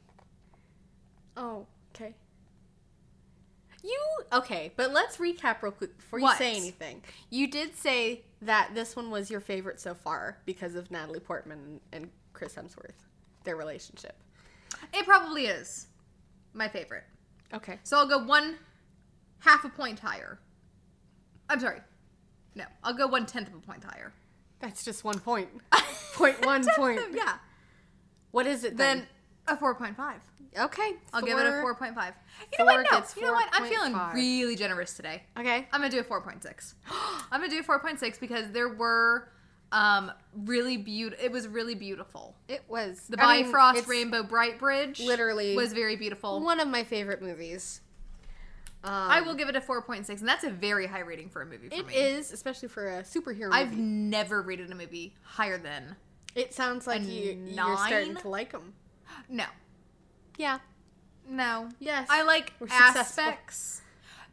S2: Oh. Okay. You okay? But let's recap real quick before
S1: What?
S2: you say anything. You did say that this one was your favorite so far because of Natalie Portman and Chris Hemsworth, their relationship.
S1: It probably is my favorite.
S2: Okay.
S1: So I'll go one half a point higher. I'm sorry. No, I'll go one tenth of a point higher.
S2: That's just one point. <laughs> point <laughs> one
S1: Tenth
S2: point.
S1: of- yeah.
S2: What is it then?
S1: Then a 4.5.
S2: okay.
S1: I'll give it a 4.5. You know
S2: Thor
S1: what? No.
S2: gets
S1: You know what? I'm feeling
S2: 4.5.
S1: really generous today.
S2: Okay.
S1: I'm gonna do a 4.6. <gasps> I'm gonna do a 4.6 because there were um really beautiful. It was really beautiful.
S2: It was
S1: The
S2: I mean,
S1: Bifrost
S2: it's
S1: Rainbow Bright Bridge
S2: literally
S1: was very beautiful.
S2: One of my favorite movies. Um,
S1: I will give it a 4.6, and that's a very high rating for a movie for
S2: It
S1: me.
S2: is, especially for a superhero movie.
S1: I've never rated a movie higher than
S2: it sounds like
S1: a
S2: you, you're starting
S1: nine?
S2: to like them.
S1: no,
S2: Yeah.
S1: no.
S2: Yes.
S1: I like
S2: We're successful.
S1: aspects,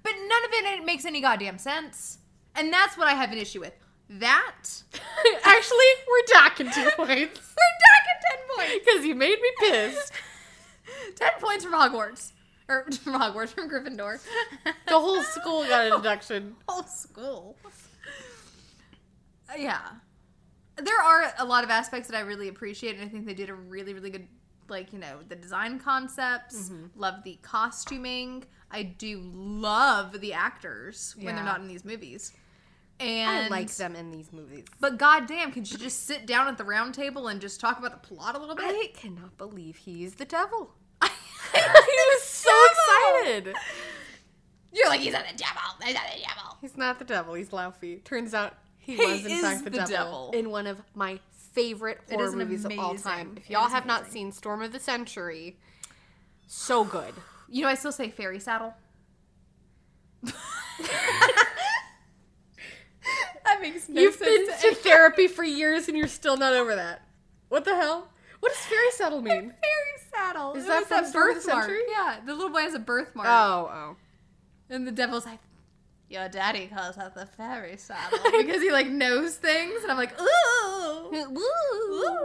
S1: but none of it, it makes any goddamn sense, and that's what I have an issue with. That <laughs>
S2: <laughs> Actually, we're docking two points
S1: we're back at ten points.
S2: because you made me pissed.
S1: ten points from Hogwarts, or <laughs> from Hogwarts from Gryffindor.
S2: The whole school got a deduction.
S1: <laughs> whole school. Uh, Yeah. There are a lot of aspects that I really appreciate, and I think they did a really, really good, like, you know, the design concepts,
S2: Mm-hmm.
S1: love the costuming. I do love the actors when
S2: Yeah.
S1: they're not in these movies.
S2: I
S1: And
S2: like them in these movies.
S1: But goddamn, could you just sit down at the round table and just talk about the plot a little bit?
S2: I cannot believe he's the <laughs> devil.
S1: I,
S2: was so excited.
S1: <laughs> You're like, he's not the devil. He's not the devil.
S2: He's not the devil. He's Laufey. Turns out he,
S1: He
S2: was in
S1: is
S2: fact the,
S1: the
S2: devil,
S1: devil.
S2: in one of my favorite
S1: It
S2: horror
S1: is an
S2: movies of all
S1: amazing-
S2: time. If
S1: it
S2: y'all
S1: is
S2: have not
S1: amazing.
S2: seen Storm of the Century, so good.
S1: You know, I still say fairy saddle. that makes no
S2: <laughs> You've
S1: sense.
S2: been to therapy for years and you're still not over that. What the hell? What does fairy saddle mean?
S1: fairy saddle.
S2: Is
S1: It
S2: that
S1: was
S2: from Storm of the Century?
S1: Yeah, the little boy has a birthmark,
S2: oh,
S1: and the devil's like, "Your daddy calls out the fairy <laughs> saddle because he like knows things," and I'm like, "Ooh, ooh."
S2: oh.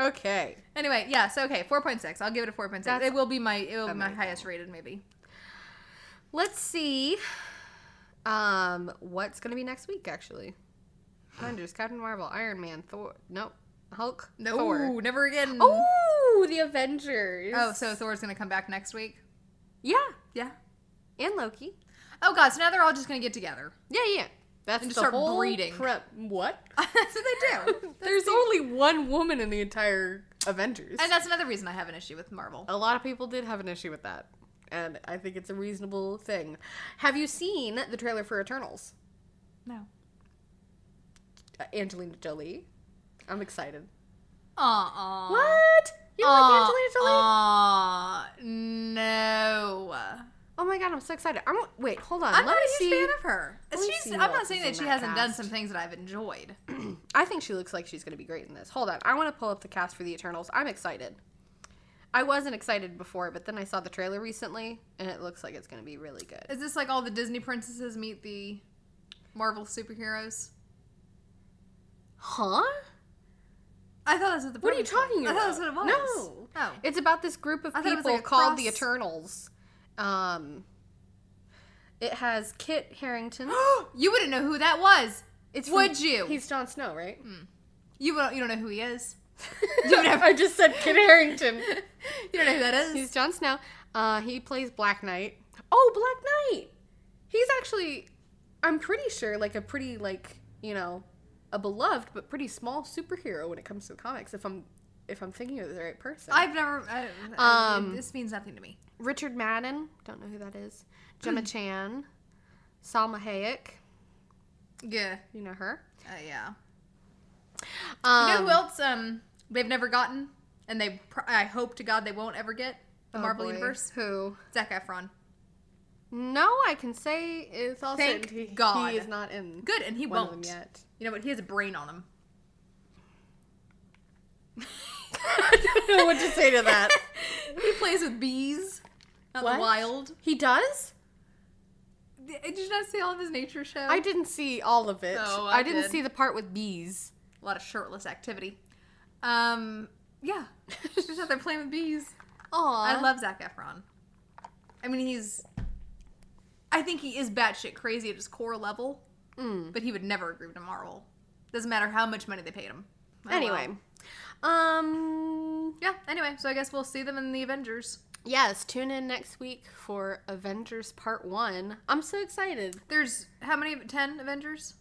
S2: Okay.
S1: Anyway, yeah. So okay, four point six. I'll give it a four point six.
S2: That's
S1: It will be my it will be my
S2: amazing.
S1: highest rated movie.
S2: Let's see um what's going to be next week actually. Avengers, Captain Marvel, Iron Man, Thor. Nope. Hulk,
S1: No,
S2: Thor.
S1: never again.
S2: Oh, the Avengers.
S1: oh, so Thor's gonna come back next week.
S2: yeah,
S1: Yeah.
S2: and Loki.
S1: Oh god, so now they're all just gonna get together.
S2: Yeah, yeah. That's
S1: And just
S2: the
S1: start
S2: whole
S1: breeding.
S2: prep. What?
S1: <laughs> that's what they do.
S2: There's only one woman in the entire Avengers.
S1: and that's another reason I have an issue with Marvel.
S2: a lot of people did have an issue with that, and I think it's a reasonable thing. Have you seen the trailer for Eternals?
S1: No.
S2: Uh, Angelina Jolie. I'm excited.
S1: Uh-uh.
S2: What? You don't like Angelina Jolie?
S1: Uh, no.
S2: oh my god, I'm so excited. I'm wait. Hold on.
S1: I'm
S2: let
S1: not
S2: me
S1: a
S2: see.
S1: huge fan of her.
S2: let me
S1: She's,
S2: see
S1: I'm
S2: what
S1: not saying
S2: is
S1: that
S2: in
S1: she
S2: that
S1: hasn't done
S2: cast.
S1: some things that I've enjoyed.
S2: I think she looks like she's going to be great in this. Hold on. I want to pull up the cast for the Eternals. I'm excited. I wasn't excited before, but then I saw the trailer recently, and it looks like it's going to be really good.
S1: Is this like all the Disney princesses meet the Marvel superheroes?
S2: Huh?
S1: I thought that's what the
S2: What are you
S1: premise
S2: talking
S1: was.
S2: about?
S1: I thought that's what it was.
S2: No.
S1: Oh.
S2: It's about this group of
S1: I thought it was
S2: people
S1: like a
S2: called the
S1: cross-
S2: Eternals. Um, it has Kit
S1: <gasps>
S2: Harrington.
S1: you wouldn't know who that was.
S2: It's
S1: Would you?
S2: He's Jon Snow, right?
S1: <laughs> You don't, you don't know who he is.
S2: You never- Hmm. I just said Kit Harrington.
S1: <laughs> You don't know who that is.
S2: He's Jon Snow. Uh, he plays Black Knight. Oh, Black Knight. He's actually, I'm pretty sure, like a pretty like you know, a beloved but pretty small superhero when it comes to the comics. If I'm if I'm thinking of the right person.
S1: I've never. I, I-
S2: Um,
S1: this means nothing to me.
S2: Richard Madden. Don't know who that is. Gemma Chan. Salma Hayek.
S1: Yeah.
S2: You know her.
S1: Uh, yeah.
S2: Um,
S1: you know who else? Um, they've never gotten, and they. Pr- I hope to God they won't ever get the
S2: oh
S1: Marvel
S2: boy,
S1: universe.
S2: Who?
S1: Zac Efron.
S2: No, I can say it's all
S1: Thank
S2: certainty
S1: God.
S2: he is not in
S1: Good, and he
S2: one of
S1: won't.
S2: them <laughs> yet.
S1: You know what? He has a brain on him.
S2: I don't know <laughs> what to say to <laughs> that.
S1: <laughs> he plays with bees out in
S2: What?
S1: the wild.
S2: He does?
S1: Did you not see all of his nature show?
S2: I didn't see all of it.
S1: Oh,
S2: I,
S1: I
S2: didn't
S1: did.
S2: see the part with bees.
S1: a lot of shirtless activity. Um,
S2: <laughs>
S1: yeah, he's out there playing with bees.
S2: Oh,
S1: I love Zach Efron. I mean, he's. I think he is batshit crazy at his core level,
S2: Mm.
S1: but he would never agree to Marvel. Doesn't matter how much money they paid him. Oh, well.
S2: Anyway, um,
S1: Yeah. Anyway, so I guess we'll see them in the Avengers.
S2: yes, tune in next week for Avengers Part One. I'm so excited.
S1: There's how many? Ten Avengers.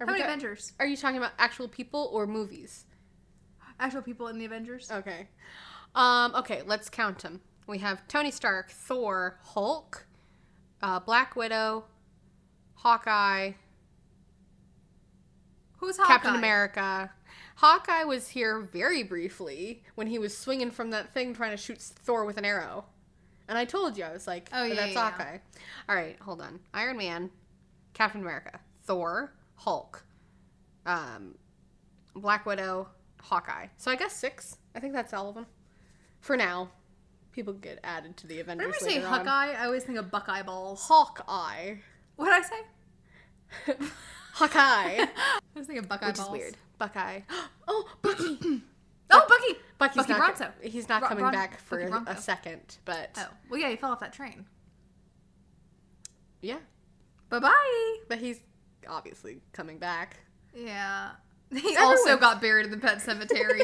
S2: Are,
S1: how
S2: we
S1: many
S2: ta-
S1: Avengers?
S2: are you talking about actual people or movies?
S1: Actual people in the Avengers.
S2: Okay. Um, okay, let's count them. We have Tony Stark, Thor, Hulk, uh, Black Widow, Hawkeye,
S1: Who's Hawkeye?
S2: Captain America. Hawkeye was here very briefly when he was swinging from that thing trying to shoot Thor with an arrow. And I told you, I was like,
S1: Oh,
S2: oh,
S1: yeah, yeah,
S2: that's
S1: yeah.
S2: Hawkeye. All right, hold on. Iron Man, Captain America, Thor, Hulk, um, Black Widow, Hawkeye. So I guess six. I think that's all of them. For now, people get added to the Avengers.
S1: Whenever I say
S2: later on.
S1: Hawkeye, I always think of Buckeye balls.
S2: Hawkeye.
S1: What did I say? <laughs>
S2: Hawkeye.
S1: I was thinking Buckeye
S2: Which is
S1: balls.
S2: weird. Buckeye.
S1: <gasps> Oh, Bucky. oh, Bucky.
S2: Bucky's
S1: Bucky
S2: not,
S1: Bronzo.
S2: He's not
S1: Bro-
S2: coming
S1: Bron-
S2: back for
S1: Bucky
S2: a,
S1: Bronzo.
S2: second, but
S1: Oh, well, yeah, he fell off that train.
S2: yeah.
S1: Bye bye.
S2: But he's obviously coming back.
S1: Yeah. <laughs> He also
S2: everyone's-
S1: got buried in the pet
S2: <laughs>
S1: cemetery.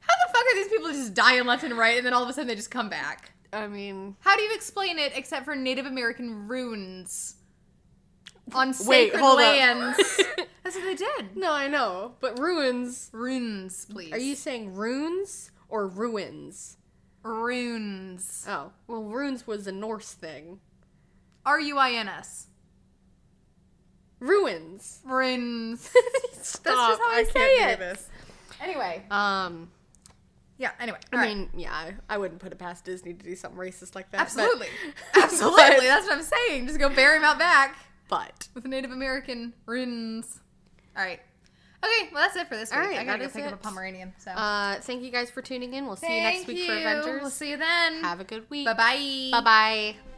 S1: How the fuck are these people just dying left and right and then all of a sudden they just come back?
S2: I mean,
S1: How do you explain it except for Native American ruins on
S2: Wait,
S1: sacred
S2: hold up. <laughs>
S1: lands? That's what they did.
S2: no, I know, but ruins.
S1: Runes, please.
S2: Are you saying runes or ruins?
S1: runes?
S2: Oh, well, runes was a Norse thing.
S1: R U I N S. <laughs>
S2: Ruins.
S1: Runes.
S2: Stop,
S1: how I say
S2: can't do
S1: it.
S2: this.
S1: Anyway.
S2: Um,
S1: Yeah. Anyway.
S2: I
S1: all right.
S2: mean, yeah, I, I wouldn't put it past Disney to do something racist like that. but- <laughs>
S1: absolutely, <laughs> absolutely. That's what I'm saying. Just go bury him out back
S2: But,
S1: with Native American ruins. All right. Okay. Well, that's it for this week.
S2: All right,
S1: I gotta
S2: that
S1: go
S2: is
S1: pick up a
S2: it.
S1: Pomeranian. So
S2: uh, thank you guys for tuning in. We'll see you next
S1: Thank
S2: week for
S1: you.
S2: Avengers.
S1: We'll see you then.
S2: Have a good week.
S1: Bye bye.
S2: Bye bye.